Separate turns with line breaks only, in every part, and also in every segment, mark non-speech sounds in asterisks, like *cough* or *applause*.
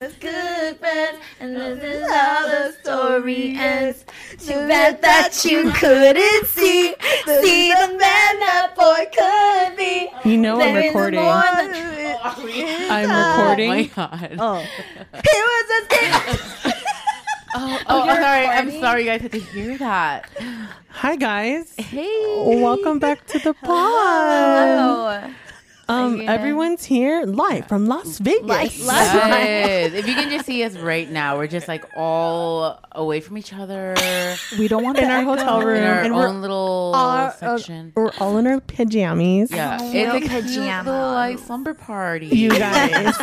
was good friends, and this is how the story ends. Too bad that you couldn't see, see the man that boy could be.
You know I'm
There is
recording.
more
I'm
than- *laughs*
recording.
god.
Oh,
He was a thing. *laughs*
Oh, I'm sorry. I'm sorry you guys had to hear that.
hi guys.
Hey.
Welcome back to *laughs* the pod.
Oh.
Um,
Yeah.
everyone's here live from Las *laughs* Vegas.
Las-
Yes. if you can just see us right now, we're just like all away from each other
we don't want in our hotel room,
in our
and we're
own little
all, uh,
section.
we're all in our pajamas.
yeah,
no
it's a cute little
pajamas.
like slumber party.
You guys,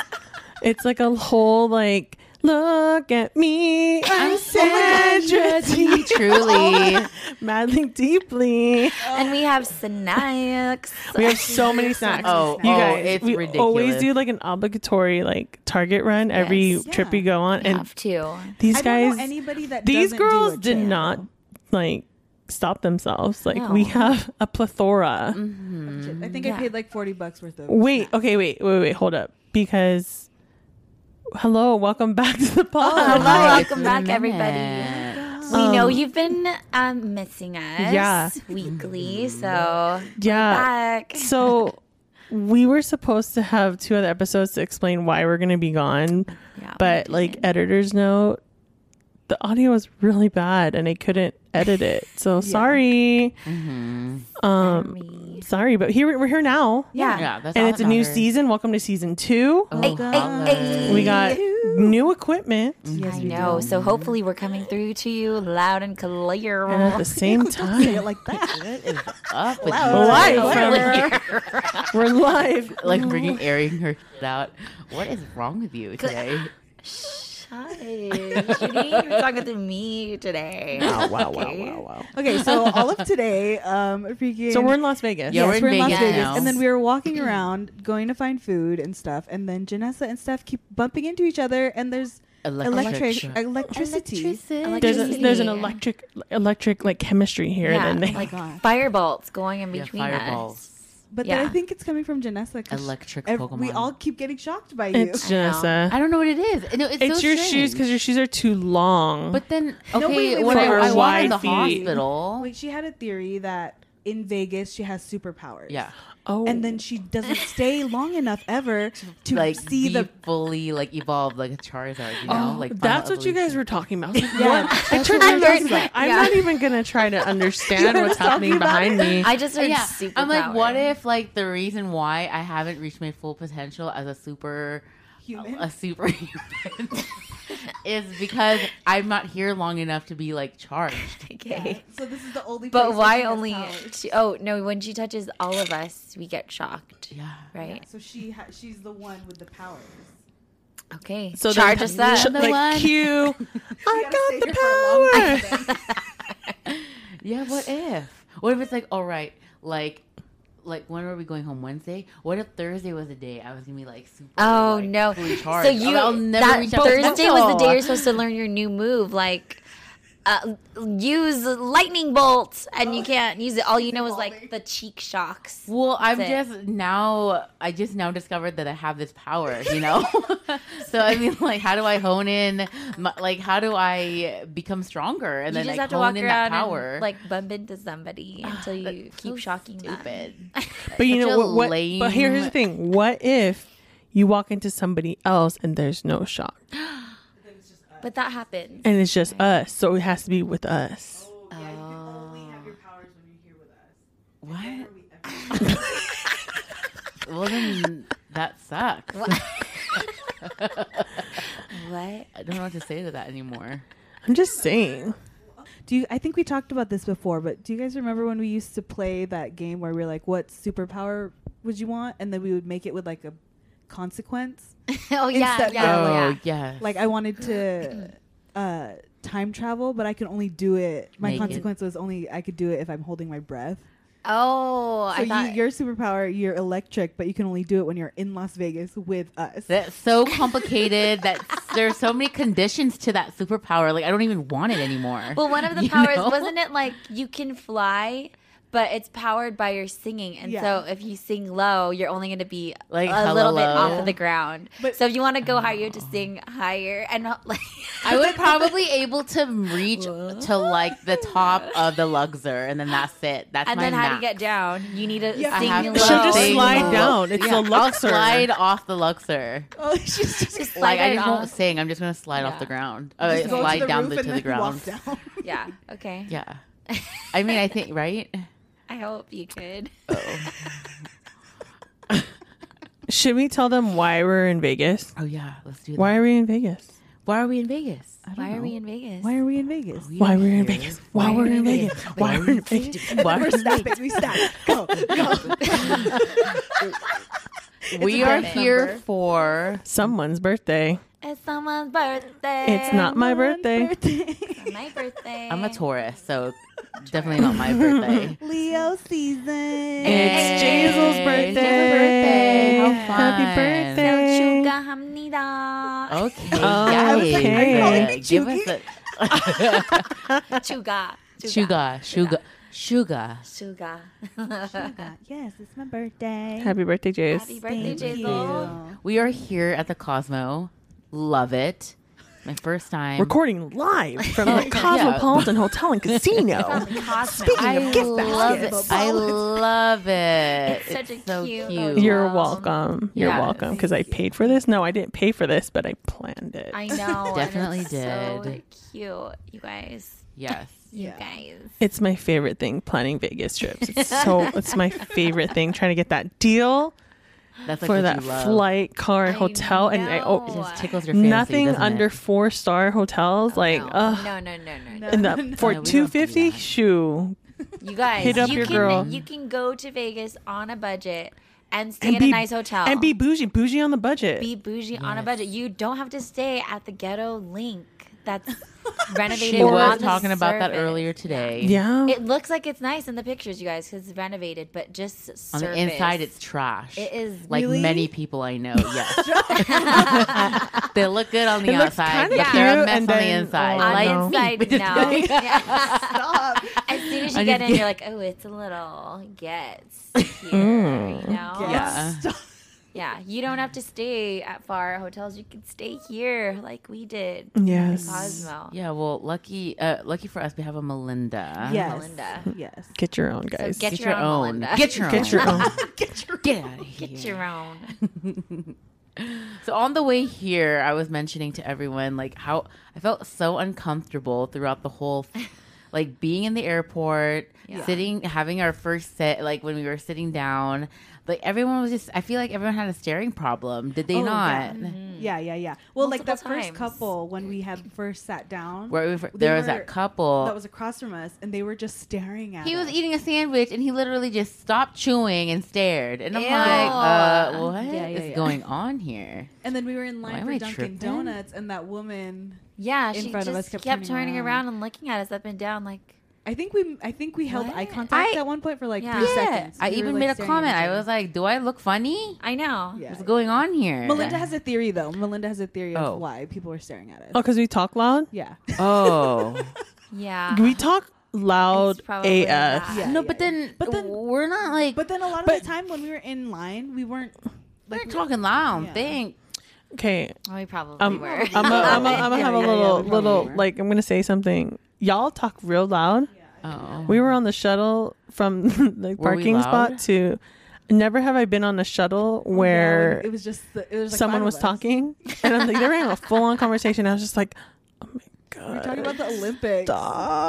it's like a whole like. Look at me, I'm Sandra Dee-
truly.
madly deeply.
And we have snacks.
We
*laughs*
have so many snacks.
Oh,
you
oh,
guys,
it's
we always
ridiculous.
do like an obligatory like Target run every
Yes.
trip we go on, and
have to.
these
I
guys,
don't know anybody that
these
doesn't do
girls
a
did
trip.
not like stop themselves. Like we
No.
have a plethora.
Mm-hmm. I think I paid like forty bucks worth of. *laughs*
Wait, okay, wait, wait, wait, hold up, because hello, welcome back to the
Oh,
pod.
Welcome
It's been a
back, everybody.
minute.
We know you've been um, missing us
Yeah. Mm-hmm.
weekly, so
yeah,
back.
so. We were supposed to have two other episodes to explain why we're going to be gone,
Yeah,
but
we
like
didn't.
editor's note, the audio was really bad and I couldn't edit it. So sorry,
Me.
sorry, but here we're here now,
yeah.
Yeah, that's
and
all
it's a
that
new
matters.
season. Welcome to season two.
Oh,
Ay, ay,
God.
ay.
We got new equipment,
I know. So hopefully we're coming through to you loud and clear.
and
*laughs*
at the same
Don't say it
time,
like that.
*laughs* up with
we're
you. Like,
live from we're live.
like bringing airing her out. What is wrong with you today?
Hi, Judy. You're talking to me today.
Wow, wow, wow, wow, wow.
okay, so all of today, um, freaking.
So we're in Las Vegas.
Yeah,
yes,
we're in Vegas now.
and then we were walking around, going to find food and stuff, and then Janessa and Steph keep bumping into each other, and there's electric electricity.
There's a, there's an electric electric like chemistry here.
yeah,
then they,
like
God.
firebolts going in
Yeah,
between us.
fireballs.
But then
Yeah.
I think it's coming from Janessa. 'cause
Electric
ev-
Pokemon.
We all keep getting shocked by
*laughs*
you. *laughs*
it's
I know.
Janessa.
I don't know what it is. No, it's
It's
so
your
strange.
shoes because your shoes are too long.
But then, okay,
No, wait, wait,
when
wait,
I,
wait,
I
wait.
walked in the
Wide feet.
hospital,
Like she had a theory that in Vegas she has superpowers.
yeah,
oh,
And then she doesn't stay long enough ever
*laughs*
to
like
see the
fully like evolved like a Charizard, you know, like
Oh, that's
final
what you guys
evolution.
were talking about. I was like,
Yeah,
what?
that's
I turned
what
around.
I
I was
heard.
like, I'm
Yeah.
not even gonna
*laughs*
try to understand what's happening behind me.
I just heard
Oh, Yeah,
super.
I'm like, what if like the reason why I haven't reached my full potential as a super
human.
a superhuman *laughs* is because I'm not here long enough to be like charged.
*laughs* Okay.
*laughs* So this is the only.
But
place
why
she has
only?
powers.
She, oh no! When she touches all of us, we get shocked,
Yeah.
right?
So she ha- she's the one with the powers.
Okay.
So
So
then-
charge us up.
Sh-
Another one.
like cue.
I
got the power.
Yeah, what if? What if it's like, all right, like like when were we going home Wednesday? What if Thursday was a day I was gonna be like super
Oh
like,
no!
fully
So
charged?
you
I'll never
that
reach that
Thursday was the
potential.
day you're supposed to learn your new move, like uh, use lightning bolts, and you can't use it. All you know is like the cheek shocks.
Well, I'm
That's
just now. I just now discovered that I have this power. You know, *laughs* so I mean, like, how do I hone in? My, like, how do I become stronger? And
you
then
just
like,
have to
hone
walk
in
around
that power.
and like bump into somebody until you
*sighs* That's
keep
so
shocking
stupid.
them.
But you
Such
know
a
what? what
lame-
But here's the thing: what if you walk into somebody else and there's no shock,
*laughs* but that happens.
*laughs*
*laughs*
and it's just us? So it has to be with us.
What? well, then that sucks. *laughs*
What?
I don't know what to say to that anymore.
I'm just saying.
Do you? I think we talked about this before, but do you guys remember when we used to play that game where we were like, "What superpower would you want?" And then we would make it with like a consequence.
oh yeah,
Except
yeah,
for,
yeah.
oh yes.
Like I wanted to uh, time travel, but I can only do it. My
Naked.
consequence was only I could do it if I'm holding my breath.
Oh,
So
I thought.
you, your superpower, you're electric, but you can only do it when you're in Las Vegas with us.
that's so complicated. that there's so many conditions to that superpower. Like I don't even want it anymore.
well, one of the
*laughs* You
powers
know?
wasn't it like you can fly, but it's powered by your singing. And
Yeah.
so if you sing low, you're only going to be
Like,
a little
hella
bit
low.
off
Yeah.
of the ground.
But-
so if you want to go higher, you have to sing higher. And not like *laughs*
I would probably able to reach to like the top of the Luxor, and then that's it. That's
and
my
then how do you
max.
get down? You need to
Yeah. I
sing
have
low.
to
She'll just
Sing
slide
low.
down. It's
Yeah,
the Luxor.
I'll slide off the Luxor.
Oh, she's just
Just slide
Like I
right
just
off.
won't sing. I'm just gonna slide off
Yeah.
the ground. Uh,
Just go
slide
to the
down
roof
the,
and
to the
then
ground. *laughs*
walk down.
Yeah. Okay. *laughs*
Yeah. I mean, I think right.
I hope you could.
Oh.
Should we tell them why we're in Vegas?
oh yeah, let's do that.
Why are we in Vegas?
Why are we in Vegas?
Why are we in Vegas?
Why are we in Vegas?
*laughs* We
Why
don't
we're in
care.
Vegas? Why we're in Vegas? Why we're in Vegas?
Why
We're snapping. We snap.
*laughs*
Go. go.
we
a
are
bad
here
number.
for
*laughs* Someone's birthday.
It's someone's birthday.
It's not my birthday.
my birthday.
I'm a Taurus, so definitely not my birthday.
Leo season.
Hey,
It's Jazel's
Jazel's
birthday.
birthday. How fun.
Happy birthday.
Chuga
Okay,
Oh,
guys.
okay. Are you
calling me
Give
Chugi?
us a
Chuga. *laughs*
sugar, sugar, sugar.
Chuga. *laughs*
yes, it's my birthday.
Happy birthday, Jace.
Happy birthday,
Thank
Jazel.
you.
We are here at the Cosmo. Love it. My first time.
Recording live from the
Oh, Yeah.
Cosmopolitan Hotel
*laughs*
and Casino.
From the Cosmo.
I love it.
baskets.
I love it.
It's such a
so
cute
cute.
little-
You're
Wow.
welcome. You're
Yes.
welcome. Because I paid for this. No, I didn't pay for this, but I planned it. *laughs*
I know. and
Definitely
it's
did.
So cute, you guys.
Yes.
You
Yeah.
guys.
It's my favorite thing, planning Vegas trips.
*laughs*
It's so it's my favorite thing, trying to get that deal
That's like
for
what
that
you love.
flight, car, and
I
hotel, and I
know.
oh,
Just tickles your fancy.
nothing
doesn't
under
It?
four star hotels. like,
no.
uh,
ugh.
no, no, no, no, no.
And
No, no,
that
*laughs*
for
no, we don't do
two fifty,
that.
shoo,
You guys,
Hit up
you
your
can
girl.
you can go to Vegas on a budget and stay
And
at
be-
a nice hotel
and be bougie, bougie on the budget.
be bougie on a
Yes.
budget. You don't have to stay at the ghetto link that's renovated.
She
on
was
the
talking about that
surface.
earlier today.
yeah,
It looks like it's nice in the pictures, you guys, because it's renovated, but just
On the
surface.
inside, it's trash.
It is
like
Really?
many people I know.
*laughs*
Yes,
*laughs*
*laughs* they look good on the
It looks
outside,
kinda
but they're
cute,
a mess on
and
the
then-
inside.
oh,
on
like
the
no. *laughs*
inside
me.
now. *laughs* Yeah.
Stop.
As soon as you
I'm
get
just
in, you're like, oh, it's a little gets here, you know?
Yeah.
Stop.
*laughs*
Yeah, you don't have to stay at far hotels. You can stay here, like we did.
Yes.
Cosmo.
*laughs* Yeah, well, lucky, uh, lucky for us, we have a Melinda.
Yes.
Melinda.
Yes.
Oh,
get your own, guys.
get
Get, your, own.
Melinda.
Get your own.
Get your own.
Get out of here.
Get your own.
So on the way here, I was mentioning to everyone like how I felt so uncomfortable throughout the whole,
*laughs*
like being in the airport, sitting, having our first sit, like when we were sitting down. Like everyone was just, I feel like everyone had a staring problem. Did they
Oh, yeah.
not?
Yeah, yeah, yeah. Well, like the
Multiple
first
times.
couple when we had first sat down,
Where we, there
They
was
were-
that couple.
that was across from us, and they were just staring at.
he was e-
us.
eating a sandwich and he literally just stopped chewing and stared. And I'm
Ew.
like, uh, what is
Yeah, yeah, yeah.
going on here?
And then we were in
Why
line
am
for
I
Dunkin'
tripping?
Donuts, and that woman.
Yeah,
in
she
front of
just
us
kept,
kept
turning,
turning
around.
around.
and looking at us up and down, like
I think we, I think we held
What?
eye contact
I-
at one point for like
Yeah.
*laughs* three
Yeah.
seconds.
I
We were,
even
like,
made a
staring at
comment.
each
I
other.
was like, do I look funny?
I know.
Yeah.
What's going on here?
Melinda has a theory though. Melinda has a theory
Oh.
of why people were staring at us.
Oh, because we talk loud.
Yeah.
Oh.
Yeah,
We talk loud
It's probably
AF.
that.
*laughs*
Yeah,
no,
yeah,
but
yeah.
then,
But then-
we're not like
*laughs* But then a lot of
But-
the time when we were in line, we weren't
we're
like
not talking loud.
Yeah.
Think
Okay,
Well, we probably
I'm
were.
Um, I'm
*laughs*
gonna I'm gonna- I'm gonna have a
Yeah, yeah,
little
yeah,
little
remember.
like I'm gonna say something. Y'all talk real loud.
oh,
We were on the shuttle from *laughs* the
we
parking
loud?
spot to. Never have I been on a shuttle where
it was just the, it was like
someone
five
was
of us.
talking, and I'm like, they were having a full on conversation. I was just like, oh
We
my
were talking
god,
about the Olympics.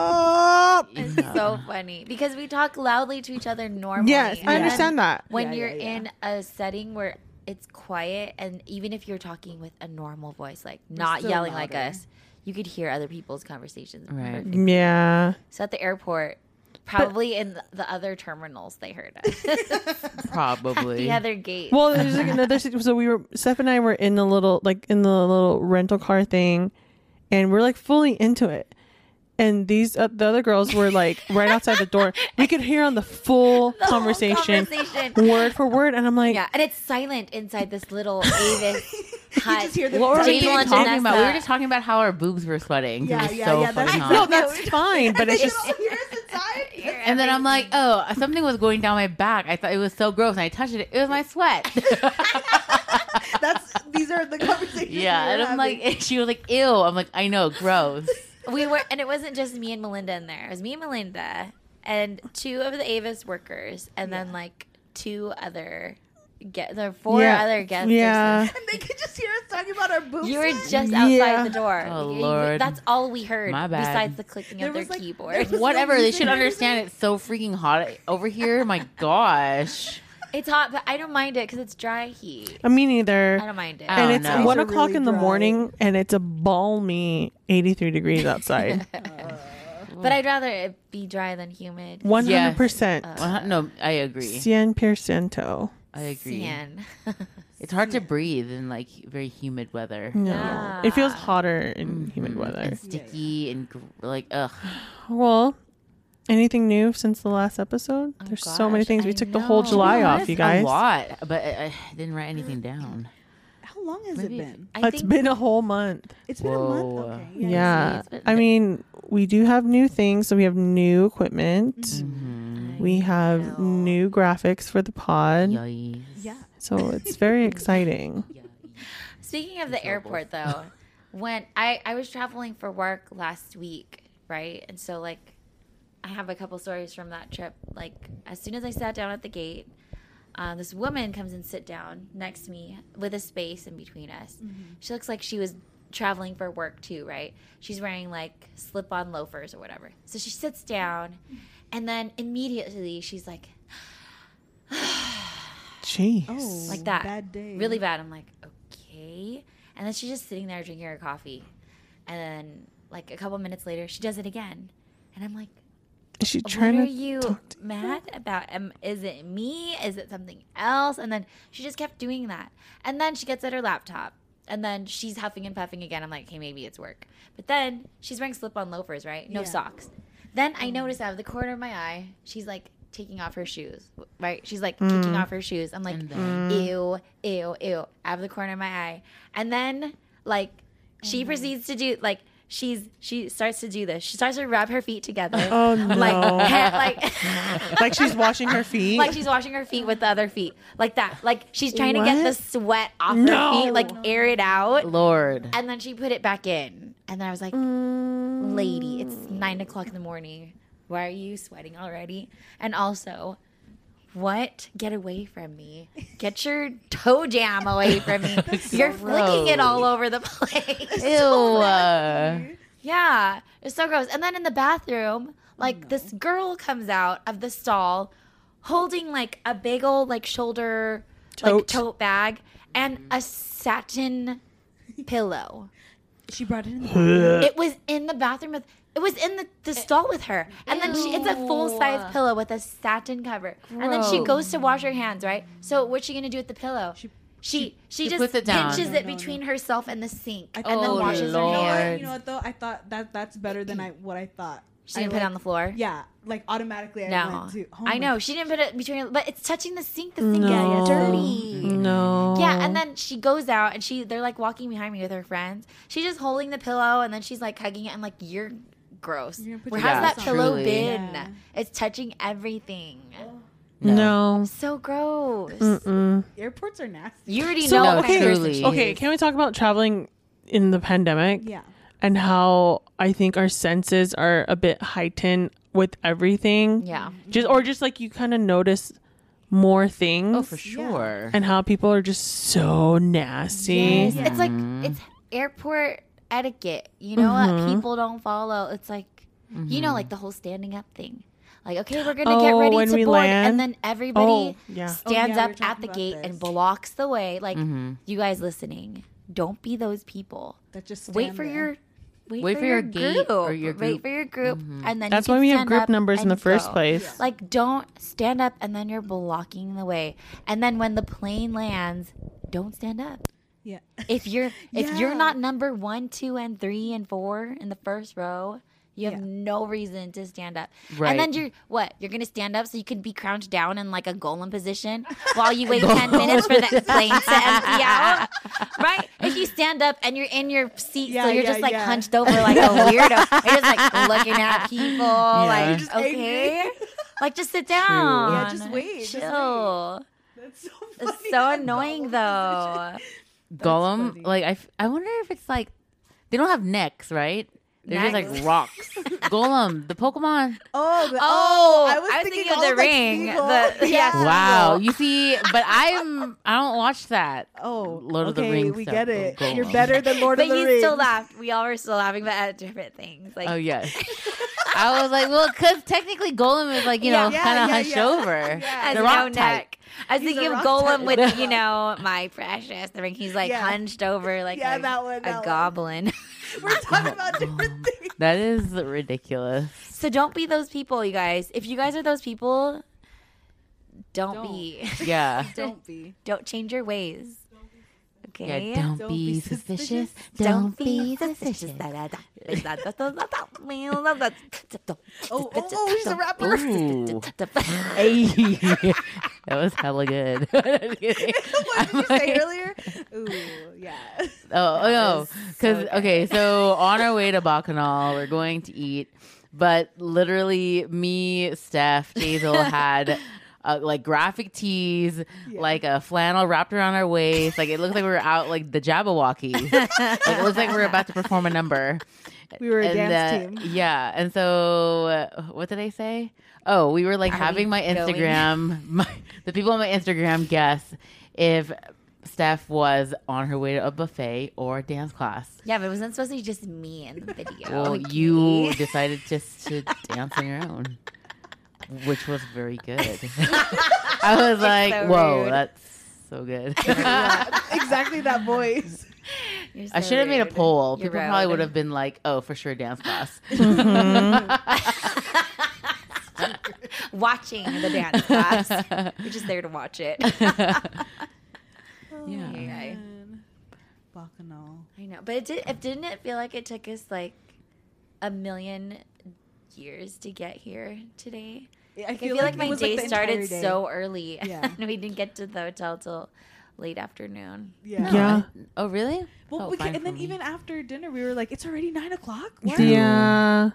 stop!
It's so funny because we talk loudly to each other normally.
Yes,
and
I
then
understand that.
When
Yeah,
you're
yeah, yeah.
in a setting where it's quiet, and even if you're talking with a normal voice, like not
still
yelling like
louder. Mm-hmm.
us, you could hear other people's conversations.
Right.
perfect.
Yeah,
So at the airport, probably in the other terminals, they heard us. *laughs*
probably. *laughs*
the other gate.
Well, there's like another situ- so we were Steph and I were in the little like in the little rental car thing, and we're like fully into it. And these uh, the other girls were like right outside the door. We could hear on the full
*laughs* *laughs* The whole
conversation,
*laughs*
conversation.
word for word, and I'm like,
Yeah, and it's silent inside this
*laughs*
little Avis hut.
just hear the-
what were we
Jason
even
and
talking about? We were
Vanessa.
just talking about how our boobs were sweating. It
Yeah,
was
yeah,
so
yeah, that's
*laughs*
fucking
exactly-
no,
hot.
*laughs*
that's fine, but it's just
Here's the time.
Hear
And then I'm like, oh, something was going down my back. I thought it was so gross, and I touched it. It was my
*laughs*
sweat.
*laughs*
*laughs*
That's these are the conversations.
yeah,
we were
and I'm
having.
like, and *laughs* she was like, ew. I'm like, I know, gross.
we were, and it wasn't just me and Melinda in there. It was me and Melinda, and two of the Avis workers, and then like two other, get there were four
Yeah.
other guests. or
Yeah.
something.
*laughs* and they could just hear us talking about our boobs.
You were
and-
just outside
Yeah.
the door.
Oh,
You- you-
Lord.
That's all we heard.
My bad.
Besides the clicking
There
of their
was, like-
keyboard.
there was-
Whatever. They should
music.
understand. It's so freaking hot over here. My gosh.
It's hot, but I don't mind it because it's dry heat.
I mean, either.
I don't mind it.
uh, and
Oh,
it's
no.
one
These are
o'clock
really
in the
dry.
morning, and it's a balmy eighty-three
*laughs*
degrees outside.
But I'd rather it be dry than humid.
One hundred percent,
Uh,
Well, no, I agree.
cien por ciento.
I agree.
Sin.
It's hard to breathe in like very humid weather.
No,
Yeah. Mm-hmm.
it feels hotter in humid weather.
And sticky and gr- like ugh.
Well, anything new since the last episode? There's so many
Oh, gosh,
things. We
I
took the whole
know.
July
Well,
off,
that's
you guys.
A lot, but I, I didn't write anything down.
How long has
Maybe-
it been?
*laughs* I
It's
think
been a whole month.
It's been a
Whoa.
month. Okay.
Yeah.
it's been-
I mean, we do have new things. So we have new equipment.
Mm-hmm. I
We have
know.
new graphics for the pod.
Yikes.
Yeah.
So it's
*laughs*
very exciting.
Speaking of the airport, though, when I I was traveling for work last week, right, and so like I have a couple stories from that trip. Like as soon as I sat down at the gate, uh, this woman comes and sit down next to me with a space in between us. She looks like she was traveling for work too, right? She's wearing like slip-on loafers or whatever. So she sits down, and then immediately she's like
Jeez.
Oh,
like that.
Bad day.
Really bad. I'm like, okay. And then she's just sitting there drinking her coffee. And then, like, a couple minutes later, she does it again. And I'm like,
Is she
what
trying
are
to
you
talk to *laughs*
mad about? Am, is it me? Is it something else? And then she just kept doing that. And then she gets at her laptop. And then she's huffing and puffing again. I'm like, hey, maybe it's work. But then she's wearing slip on loafers, right? No
Yeah.
socks. Then
Mm-hmm.
I notice out of the corner of my eye, she's like taking off her shoes, right? She's
Mm.
like kicking off her shoes. I'm like,
And then-
ew, ew, ew, out of the corner of my eye. And then like she proceeds to do like she's she starts to do this. She starts to rub her feet together.
*laughs* Oh, no.
Like ha- like *laughs*
*laughs* like she's washing her feet.
like she's washing her feet with the other feet. Like that. Like she's trying to get
What?
the sweat off
No.
her feet, like air it out.
Lord.
And then she put it back in. And then I was like,
Mm.
lady, it's nine o'clock in the morning. Why are you sweating already? And also, what? Get away from me. Get your toe jam away from
*laughs*
me. You're flicking it all over the *laughs* place.
Ew. uh,
Yeah, it's so gross. And then in the bathroom, like this girl comes out of the stall holding like a big old like shoulder like
Tote.
tote bag and a satin pillow.
She brought it in.
Uh.
It was in the bathroom with it was in the, the stall with her. And then she, it's a full size pillow with a satin cover. And then she goes to wash her hands, right? So what's she gonna do with the pillow? She she, just
puts it down.
pinches
No,
it
no, no.
between herself and the sink
I-
and then
Oh,
washes
Lord.
her hands.
You know, what, you know what though? I thought that that's better than I what I thought.
She didn't
I,
put it
like-
on the floor.
Yeah, like automatically I
No,
went to.
I
oh my
know she didn't put it between, but it's touching the sink. The sink is dirty.
No.
Yeah, and then she goes out, and she they're like walking behind me with her friends. She's just holding the pillow, and then she's like hugging it. I'm like, you're gross.
You're gonna put
Where
your
has that
ass on
pillow
it.
been?
Yeah. Oh.
It's touching everything.
no.
So gross.
Airports are nasty.
You already
So,
know.
No,
what kind of
truly.
person she-
Okay, can we talk about traveling in the pandemic?
Yeah.
and how I think our senses are a bit heightened with everything.
Yeah.
Just or just like you kind of notice more things
Oh, for sure.
and how people are just so nasty.
It's it's like it's airport etiquette. You know
Mm-hmm.
what people don't follow. It's like you know, like the whole standing up thing. Like okay, we're gonna get
Oh,
ready
when
to
we
board,
land?
and then everybody
Oh, yeah.
stands
Oh, yeah, we were
up at
talking
the
about
gate
this.
and blocks the way. Like
Mm-hmm.
you guys listening, don't be those people.
That just stand
Wait for
there.
your. Wait,
Wait
for,
for
your,
your gate
group.
or your
Wait
group.
for your group, and then
Mm-hmm. That's
you
why
can
we have
stand up
group numbers in the
and
first
go.
place.
Like, don't stand up, and then you're blocking the way. And then when the plane lands, don't stand up *laughs*
Yeah.
if you're if
Yeah.
you're not number one, two, and three, and four in the first row, you have
Yeah.
no reason to stand up.
Right.
And then you're what? You're gonna stand up so you can be crouched down in like a golem position while you wait ten minutes for that plane to empty out. Right? If you stand up and you're in your seat, so
Yeah,
you're
yeah,
just like
yeah. *laughs*
hunched over like a weirdo. you're just like looking at people, like
just
okay.
angry.
Like, just sit down.
Yeah, just wait, just
Chill.
*laughs* That's so *laughs*
It's so annoying, though.
Gollum,
funny.
like I, f- I wonder if it's like they don't have necks, right? They're just
Necks.
like rocks. Gollum, the Pokemon.
Oh, the,
Oh,
I was thinking,
of the
all, like,
ring.
Smeagol.
The-
*laughs* yeah.
*laughs* yeah.
Wow, you see, but I'm I don't watch that.
Oh,
Lord of the
okay,
Rings
we
stuff.
get
Oh,
it.
Gollum.
You're better than Lord
But
of the
you
Rings.
still laughed. We all were still laughing, but at different things. Like,
Oh yes, I was like, well, because technically Golem is like you know
Yeah,
kind of
yeah,
hunched
yeah.
over.
Yeah.
has
The
no
rock type.
neck. I was
He's a
thinking of
rock
Golem
type.
with, you know, my precious. The ring. He's like
Yeah.
hunched over, like
Yeah,
a,
that one,
a
that one.
goblin.
We're talking about different
*laughs*
things.
That is ridiculous.
so don't be those people, you guys. If you guys are those people, don't,
Don't.
be.
Yeah.
Don't be.
don't change your ways. Okay.
Yeah, don't,
Don't
be
be
suspicious.
suspicious.
Don't be suspicious. Oh,
Oh, oh, oh, he's a rapper.
Ooh. Ay. *laughs* that was hella good. *laughs* Just kidding.
what did you say earlier? Ooh, yeah.
Oh, oh no.
was so
Because, okay, so on our way to Bacchanal, we're going to eat. But literally, me, Steph, Hazel had. Uh, like graphic tees, like a flannel wrapped around our waist. Like it looked like we were out like the Jabberwockies. like, it looked like we were about to perform a number.
We were a
And,
dance
uh,
team.
Yeah. And so, uh, what did I say? Oh, we were like
Are
having
we
my
going?
Instagram, *laughs* my, the people on my Instagram guess if Steph was on her way to a buffet or a dance class.
Yeah, but it wasn't supposed to be just me in the video.
Well,
okay? *laughs*
you decided just to dance on your own, which was very
*laughs*
good. I was like,
so
whoa,
rude.
that's so good.
Yeah, *laughs* exactly that voice.
You're
*laughs* I
so
should have made a
rude.
poll.
You're
People probably
rude. *laughs*
would have been like, oh, for sure, dance class.
watching the
*laughs*
dance class. You're just there to watch it.
yeah.
Okay.
Oh, Bacchanal.
I know, but it did. It, didn't it feel like it took us like a million years to get here today?
Yeah,
Like, I feel like,
it
my
was,
day
the entire
started
day.
so early, *laughs*
Yeah.
and we didn't get to the hotel till late afternoon.
Yeah.
Yeah.
*laughs* Oh, really?
Well,
Oh,
we
fine
could, and
for
then
me.
even after dinner, we were like, it's already nine o'clock. What?
Yeah.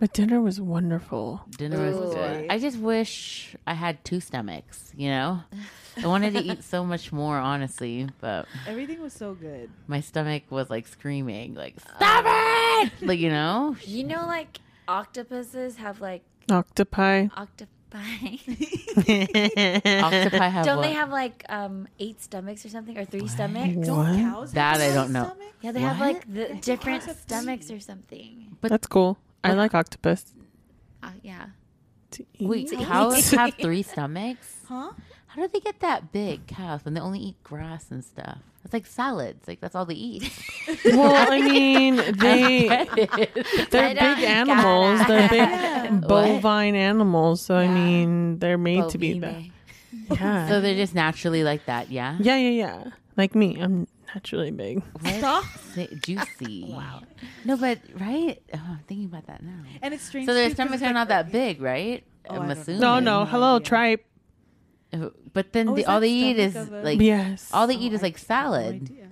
But dinner was wonderful.
Dinner was
Ooh.
good. I just wish I had two stomachs, you know? I wanted
*laughs*
to eat so much more, honestly, but
Everything was so
*laughs*
good. *laughs*
my stomach was like screaming, like, stop it! Like, you know?
You know, like octopuses have like
Octopi.
octopi. *laughs*
Octopi have
Don't
what?
they have like um eight stomachs or something, or three stomachs?
Don't
What?
cows have
That I
a
don't know.
stomach?
Yeah, they have
What?
like the different stomachs or something.
That's cool. I like octopus.
Uh, yeah.
To eat.
Wait,
Eat.
*laughs*
cows have three stomachs?
Huh?
How do they get that big, cows, when they only eat grass and stuff? It's like salads. Like, that's all they eat.
Well,
*laughs*
I mean, they
I
*laughs*
they're big
don't
animals.
gotta-
They're big
Yeah.
bovine animals. So I
Yeah.
mean, they're made to be that.
Bovine.
*laughs*
Yeah.
so they're just naturally like that, yeah?
*laughs* yeah, yeah, yeah. Like me, I'm naturally big.
What?
Stop.
Say- Juicy.
Wow.
No, but, right? Oh, I'm thinking about that now.
And it's strange.
So their
too, 'cause
stomachs
it's
are
like-
not that big, right?
Oh, I
I'm
don't know.
assuming.
No,
have
no.
no
Hello,
idea.
tripe.
But then
Oh,
the,
is
all
that
they eat is
stomach of a-
like
Yes.
all they
Oh,
eat is
I
like
have no
salad.
idea.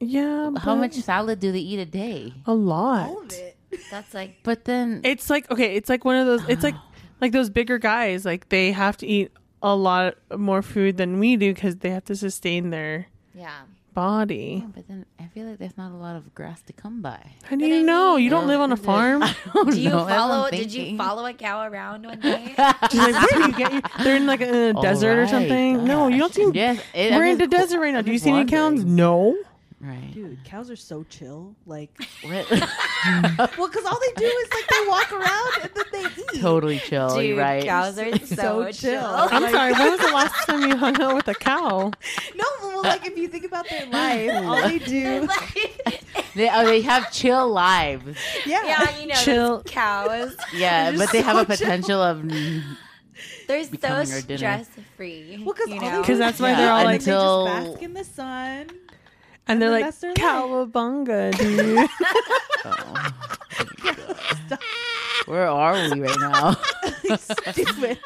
yeah.
How
but
much salad do they eat a day?
A lot.
All
*laughs*
of it.
That's like
But then
It's like okay, it's like one of those. It's like like those bigger guys. Like they have to eat a lot more food than we do because they have to sustain their
yeah.
body.
Yeah, but then I feel like there's not a lot of grass to come by.
How do
But I
you know?
mean-
You don't
Yeah. *laughs*
live on a farm.
Do you follow? Did you follow a cow around one day?
She's like, where do you get your-" They're in like a desert or something. No, you don't see.
Yes, it-
We're
I'm
in the
just cool-
desert right now.
I'm
Do you
just
see any cows?
wondering.
No.
Right.
Dude, cows are so chill. Like,
What- *laughs*
well, because all they do is like they walk around and then they eat.
totally chill.
Dude,
you're right.
cows are so,
So
chill. Oh
chill.
I'm sorry. When *laughs* was the last time you hung out with a cow?
No, well, like if you think about their
*laughs*
life, all they do,
*laughs* They, oh, they have chill
*laughs*
lives.
*laughs* yeah,
yeah, you know, chill
Chill.
cows.
Yeah,
They're
but they
so
have a
chill.
potential of
They're so
Becoming our dinner.
stress free.
Well, because
you
all
know?
they do
'Cause that's
is
why
eat,
they're all
and
like-
then they just
Until-
bask in the sun. *laughs*
And they're
And
like
that's their life.
cowabunga, *laughs* dude.
Oh. Where are we right
*laughs*
now?
*laughs*
Stupid.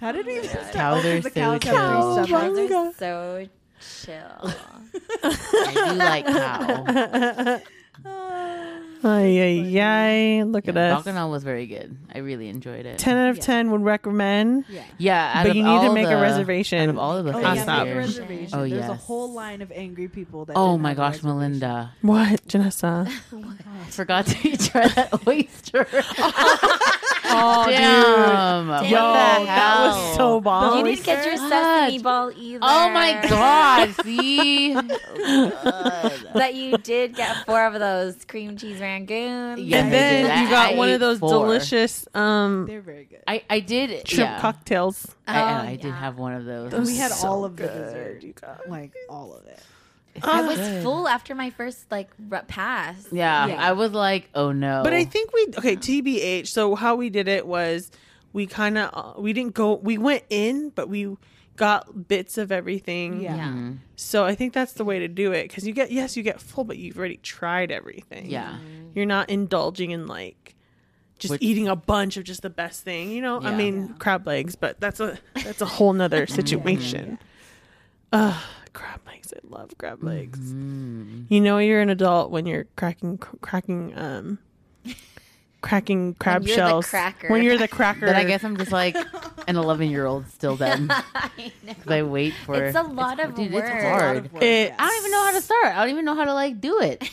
How did we even
*laughs*
start?
Cows
Oh,
are
the
so
cows have
chill.
three
cows
stomachs.
Bunga.
are so chill.
*laughs*
I do like cow.
Oh.
*laughs* Ay, ay, ay. Look at us.
Bacchanal was very good. I really enjoyed it.
10 out of
Yeah.
10 would recommend.
Yeah.
Yeah, out
But
of
you need to
all
make a
the-
reservation.
Out of all of the
Oh,
yeah,
things
make a
here.
reservation.
Oh,
Oh,
There's a
yes.
whole line of angry people that.
Oh
didn't
my
have a
gosh,
reservation.
Melinda.
What, Janessa?
I forgot to *laughs* try that
*laughs*
oyster.
oh,
Damn. What
Damn.
Yo,
the
that was
hell?
so bomb.
you didn't get your
Oyster?
sesame ball either.
Oh my god,
*laughs*
see?
But you did get four of those cream cheese rangoons.
Yes, I
and then
did. I-
you got
I
one
ate
of those
four.
delicious um
They're very good.
I, I did
shrimp
yeah.
cocktails.
I, and
Oh,
I did
yeah.
have one of those.
Those-
we had
so
all of the
good,
dessert,
you guys.
like all of it.
I was full after my first like r- pass.
yeah,
Yeah.
I was like, oh no.
But I think we okay, TBH. So how we did it was we kind of uh, we didn't go we went in, but we got bits of everything.
Yeah.
Yeah.
Mm-hmm.
So I think that's the way to do it cuz you get yes, you get full, but you've already tried everything.
Yeah.
Mm-hmm.
You're not indulging in like just
Which-
eating a bunch of just the best thing, you know? I
Yeah.
mean, crab legs, but that's a that's a whole
*laughs*
nother situation. Ugh, crab legs. I love crab legs.
Mm-hmm.
You know you're an adult when you're cracking cr- cracking um cracking crab
you're the
shells.
cracker.
When you're the cracker.
But I guess I'm just like
*laughs*
an 11 year old still then.
*laughs* I know.
Because I wait for
It's a lot of
dude,
work.
It's
A lot
hard.
of work,
It-
I don't even know how to start. I don't even know how to like do it.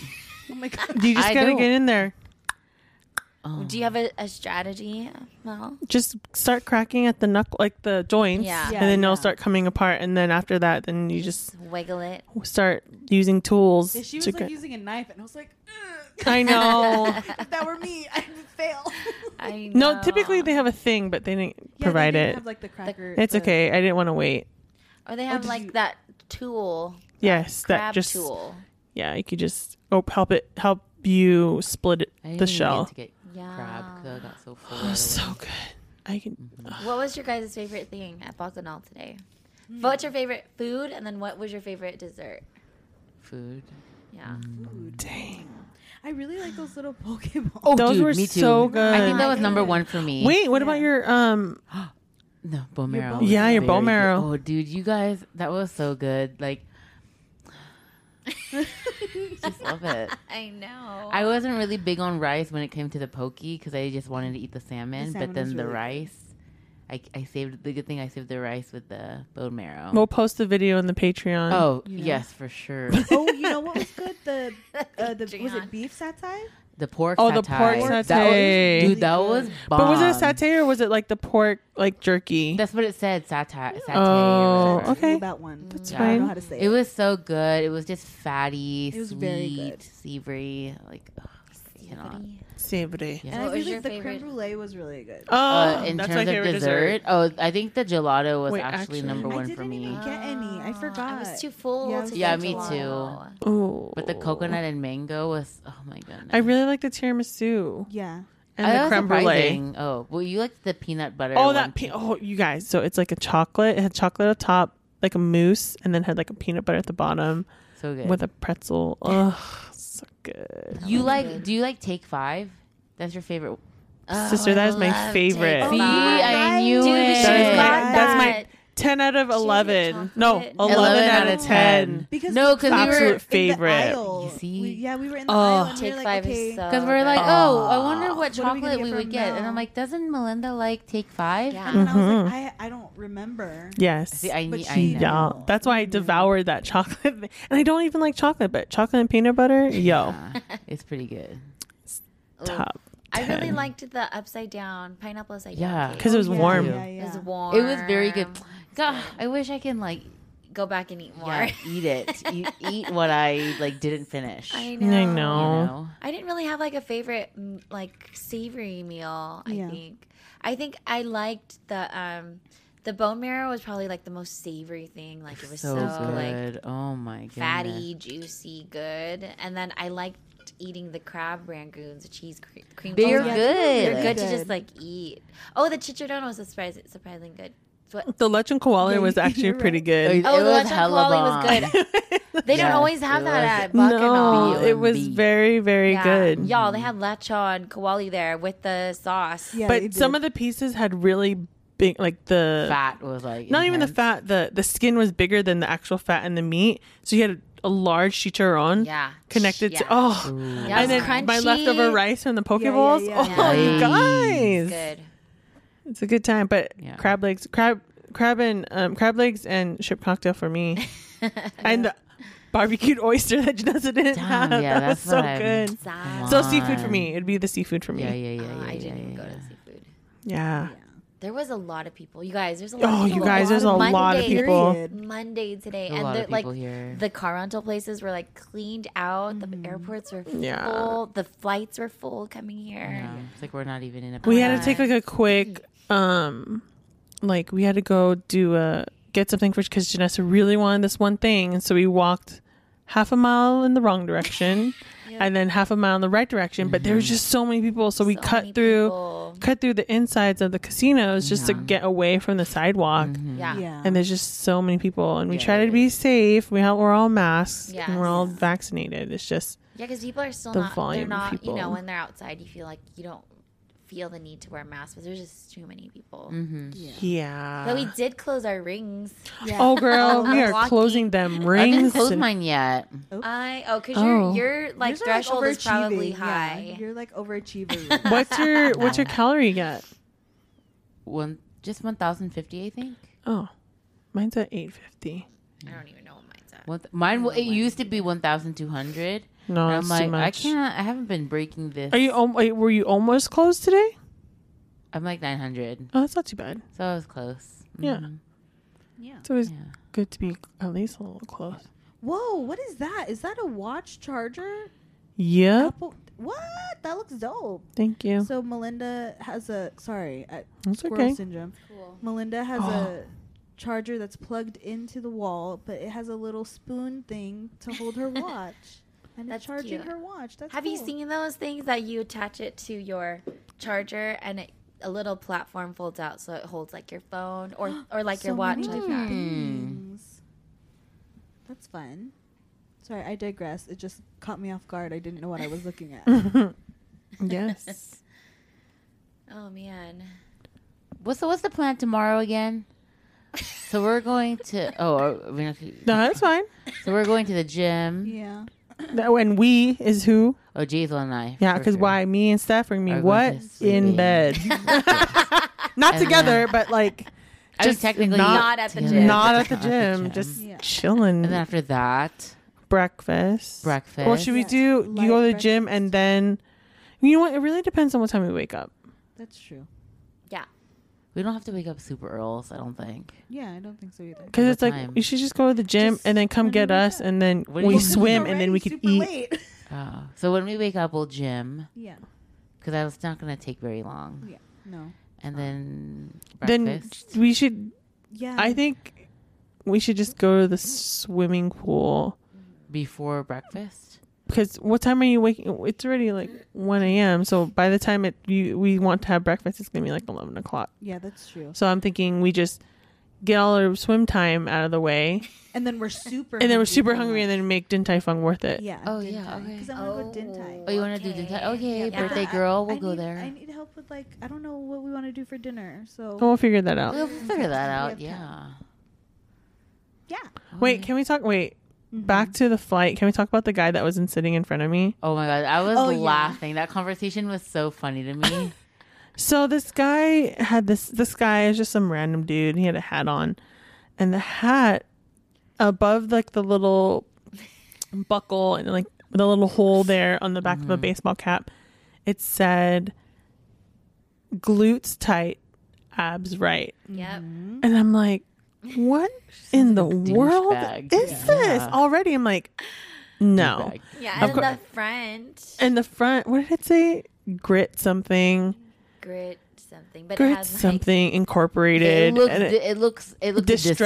Oh my god.
you just
I
gotta
don't.
get in there.
Oh.
Do you have a, a strategy, Mel?
Just start cracking at the knuckle, like the joints,
Yeah.
and
Yeah,
then
yeah.
they'll start coming apart. And then after that, then you just
Wiggle it.
start using tools.
Yeah, she
to
was like
cra-
using a knife, and I was like, "Ugh." *laughs*
I know.
if that were me, *laughs* I'd fail.
I know.
No, typically they have a thing, but they didn't
Yeah,
provide
they didn't
it.
Have, like the cracker.
it's
the-
okay. I didn't want to wait.
or they have
did
like
you-
that tool,
Yes,
crab
that just
tool.
yeah, you could just oh help it help you split it,
I didn't
the
even
shell.
Get to get
Yeah.
crab because I got so full.
Oh,
right
so
away.
good. I can.
Mm-hmm.
oh, ugh.
What was your guys' favorite thing at Bacchanal today? What's your favorite food, and then what was your favorite dessert?
food.
Yeah,
Mm.
Dang.
I really like those *gasps* little Pokemon.
Oh,
Those
dude,
were
me too.
so good.
I think that
my
was number
goodness.
one for me.
Wait, what about
Yeah.
your um?
No, bone
Your
marrow.
bone
was
Yeah, your
very
bone
good.
marrow.
Oh, dude, you guys, that was so good. *laughs* Like, just love it.
I know. *laughs*
I wasn't really big on rice when it came to the pokey because I just wanted to eat the salmon.
salmon
but then
was
the
really good.
rice, I, I saved the good thing. I saved the rice with the bone marrow.
We'll post the video in the Patreon.
oh
You know?
yes, for sure.
oh, you know what was good? *laughs* The uh, the was
Patreon.
it beef satay?
The pork.
Oh, the
satay.
pork
That was-
satay.
dude, that was. Bomb.
but was it
Um,
a satay or was it like the pork like jerky?
That's what it said. Satay. satay
Oh,
or whatever.
okay.
That one. That's
Yeah.
I don't know
fine.
how to say it.
It was so good. It was just fatty,
It was
sweet,
very good.
savory. Like, ugh, I cannot.
Buddy.
Savory.
Yeah.
What
And I
was
really
your
like the creme
favorite?
brulee was really good.
Oh,
Uh, in
that's
terms
my
of
favorite
dessert, oh, I think the gelato was
Wait,
actually,
actually-
number
I
one
didn't
for me.
even get any. I
Oh,
forgot.
I was too full.
Yeah, I
to
was
get
Yeah,
to
me
all.
too.
Ooh.
But the
Oh.
coconut and mango was oh my goodness.
I really like the tiramisu
Yeah.
and
Oh, that
the
was
creme brulee.
surprising. Oh, well, you liked the peanut butter.
Oh,
one
that
too.
pe- oh, you guys. So it's like a chocolate. It had chocolate up top, like a mousse, and then had like a peanut butter at the bottom
so good.
with a pretzel. Ugh, so good.
you like? Do you like Take Five? That's your favorite.
Oh,
Sister, that
I
is my
love
favorite.
Oh
Take
See,
Five.
I knew
Dude, we
it.
should've
That is my-
got
that's my-
that.
Ten out of
Chocolate
eleven. No,
chocolate.
eleven, out of ten.
Because
No, 'cause we
were
were-
in
Absolute
the
favorite.
aisle.
You see?
We- yeah, we were in the
Oh.
aisle. And we
Take
were like,
five
okay.
is so.
Because we're like,
good.
oh, I wonder what
Ah. What are we gonna
chocolate
get
we
for
would get, and
Mel?
I'm like, doesn't Melinda like Take Five?
Yeah.
And I was
Mhm.
like, I, I don't remember.
Yes.
See, I
But
need. I
she-
know.
yeah, that's why I devoured that chocolate, *laughs* and I don't even like chocolate, but chocolate and peanut butter, yo,
Yeah, it's pretty
*laughs*
good.
Ooh.
top.
I really
10.
liked the upside down pineapple upside
Yeah.
down. cake.
'Cause it was
yeah,
warm.
Yeah,
it was
yeah.
warm.
It was very good. God, I wish I can like
Go back and eat more.
yeah, eat
*laughs*
it.
*laughs*
eat, eat what I like didn't finish.
I
you
know.
I know.
know?
I didn't really have like a favorite mm, like savory meal. I
Yeah.
think. I think I liked the um the bone marrow was probably like the most savory thing. Like it was so,
so,
like
good. oh my god.
fatty, juicy, good. And then I liked eating the crab rangoons, the cheese cre- cream.
They
cheese
are
on-
good.
They're good to
Good.
just like eat. Oh, the chicharron was surprising, surprisingly good. So
The lechon koala
Yeah,
was
you-
actually
you're right.
pretty
It,
good.
Oh,
it
the
was
lechon
hella
Kuali was
*laughs*
bomb.
They don't
Yes,
always have
it
that at
was.
Bacchanal.
No,
Bacchanal.
it was very, very
Yeah.
good.
Y'all, they had lecho and kawali there with the sauce.
Yeah,
but some of the pieces had really big, like the
*laughs* Fat was like
not even the
intense.
fat. The the skin was bigger than the actual fat in the meat, so you had a large chicharron
Yeah.
connected
Yeah.
to oh,
Yeah,
and then
it's
my
crunchy.
leftover rice from the poke
Yeah, yeah,
bowls.
yeah.
Oh,
Yeah.
guys,
Good. *laughs*
it's a good time. But
Yeah.
crab legs, crab, crab and um, crab legs and ship cocktail for me,
*laughs*
and the barbecued oyster that *laughs* Janessa didn't
Damn,
have.
yeah,
that was
that's
so
what I'm-
good.
Sad.
So seafood for
on.
me, it'd be the seafood for me.
Yeah, yeah, yeah, yeah.
Oh, I
yeah,
didn't even
yeah,
go to
yeah.
seafood.
Yeah.
There was a lot of people. You guys, there's a lot.
Oh,
of
you
people.
guys, there's a
Monday,
lot of people.
Period.
Monday today,
A
and
lot
the,
of
like
people here.
the car rental places were like cleaned out. The airports were full.
Yeah.
The flights were full coming here.
Yeah. It's like we're not even in a.
We
place.
had to take like a quick, um, like we had to go do a get something for because Janessa really wanted this one thing, and so we walked half a mile in the
*laughs*
wrong direction, and then half a mile in the right direction. But
Mm-hmm.
there was just so many people, so, we
So many
cut through,
people.
cut through the insides of the casinos just to get away from the sidewalk.
Yeah.
Yeah.
And there's just so many people, and we
Mm-hmm. Yeah,
try to
yeah,
be safe. We have, we're all masks, and we're
Yes.
all vaccinated. It's just
Yeah, because people are still
The
not. They're
volume of
not. You know,
people.
when they're outside, you feel like you don't feel the need to wear masks, but there's just too many people.
yeah.
But we did close our rings.
*laughs* oh girl,
*laughs*
we are
Walking.
closing them
I
rings.
didn't close
and-
mine yet.
I oh, because your
Oh.
your like
Yours are,
threshold is probably
overachieving, yeah.
high.
You're
*laughs*
like overachiever.
*laughs*
*laughs*
What's your what's your calorie get?
One, just one thousand fifty, I think.
Oh, mine's at eight fifty.
I don't even know what mine's at.
One th- mine. wa- It used to be one thousand two hundred.
No,
I'm
Oh, it's
like,
too much.
I can't. I haven't been breaking this.
Are you? al- wait, were you almost closed today?
I'm like nine hundred,
Oh, that's not too bad.
so I was close.
Yeah.
Mhm.
yeah.
It's always
Yeah.
good to be at least a little close.
Whoa, what is that? Is that a watch charger?
Yeah.
Apple? What? That looks dope.
Thank you.
So Melinda has a sorry, uh,
That's
squirrel
okay. Oh.
syndrome.
Cool.
Melinda has a charger that's plugged into the wall, but it has a little spoon thing to
*laughs*
hold her watch, and
That's
it's charging
cute.
her watch. That's
Have you
cool.
seen those things that you attach it to your charger and it, a little platform folds out so it holds like your phone
*gasps*
or or like your
So
watch
many
like *laughs* that?
things? That's fun. Sorry, I digress. It just caught me off guard. I didn't know what I was looking
*laughs*
at.
*laughs* yes.
Oh man.
What's the, what's the plan tomorrow again? so we're going to. Oh, are we not,
No, that's fine.
so we're going to the gym.
yeah.
*laughs* No, and we is who?
Oh, Jazel and I.
Yeah,
for
because
sure.
why? Me and Steph are
Are
me.
we
What
just sleeping?
in bed?
*laughs*
*laughs*
Not
And
together,
then-
but like
I mean,
Just
technically
not-
Not at the
together,
gym.
but
not at the gym, just
Yeah.
chilling.
And then after that,
breakfast.
Breakfast.
Or should we
Yes.
do?
Light
you go to the gym
breakfast.
and then. You know what? It really depends on what time we wake up.
That's true.
Yeah.
we don't have to wake up super early. I don't think.
Yeah, I don't think so either.
Because
What
it's like
time?
you should just go to the gym
Just
and then come
when
get
we wake
us,
up.
and then
What do
we
you-
swim,
Already
and then we could
super
eat.
late.
*laughs*
*laughs* Oh. So when we wake up, we'll gym
yeah.
because that's not going to take very long.
Yeah. No.
And then
Then
breakfast.
we should.
Yeah.
I think we should just go to the swimming pool.
before breakfast.
Because what time are you waking? It's already like one a.m. So by the time it you, we want to have breakfast, it's gonna be like eleven o'clock.
Yeah, that's true.
So I'm thinking we just get all our swim time out of the way,
And then we're super.
and then we're super hungry, and then make din tai fung worth it.
yeah.
Oh,
din
yeah,
tai.
okay.
'Cause I want to go din tai.
Oh, you want to do the time? Okay,
Yeah.
birthday
But I-
girl, we'll
I
go
need-
there.
I need help with like I don't know what we want to do for dinner. So
We'll figure that out.
We'll figure that
We
out.
have
Yeah.
yeah.
Wait, can we talk? Wait, back to the flight. Can we talk about the guy that was in sitting in front of me?
Oh my god, I was
Oh, yeah.
laughing. That conversation was so funny to me.
So this guy had this. This guy is just some random dude. He had a hat on, and the hat above like the little buckle and like the little hole there on the back
Mm-hmm.
of a baseball cap. It said, "Glutes tight, abs right,"
Yep.
Mm-hmm.
Mm.
and I'm like, "What in the world
douchebag.
is
Yeah.
this?"
Yeah.
Already, I'm like, *laughs* "No."
Like,
Yeah, and
cour-
the front
in the front what did it say grit something
grit something, but it
grit
has like,
something
it,
incorporated
looks,
and,
it,
it-
looks it looks
Distressed.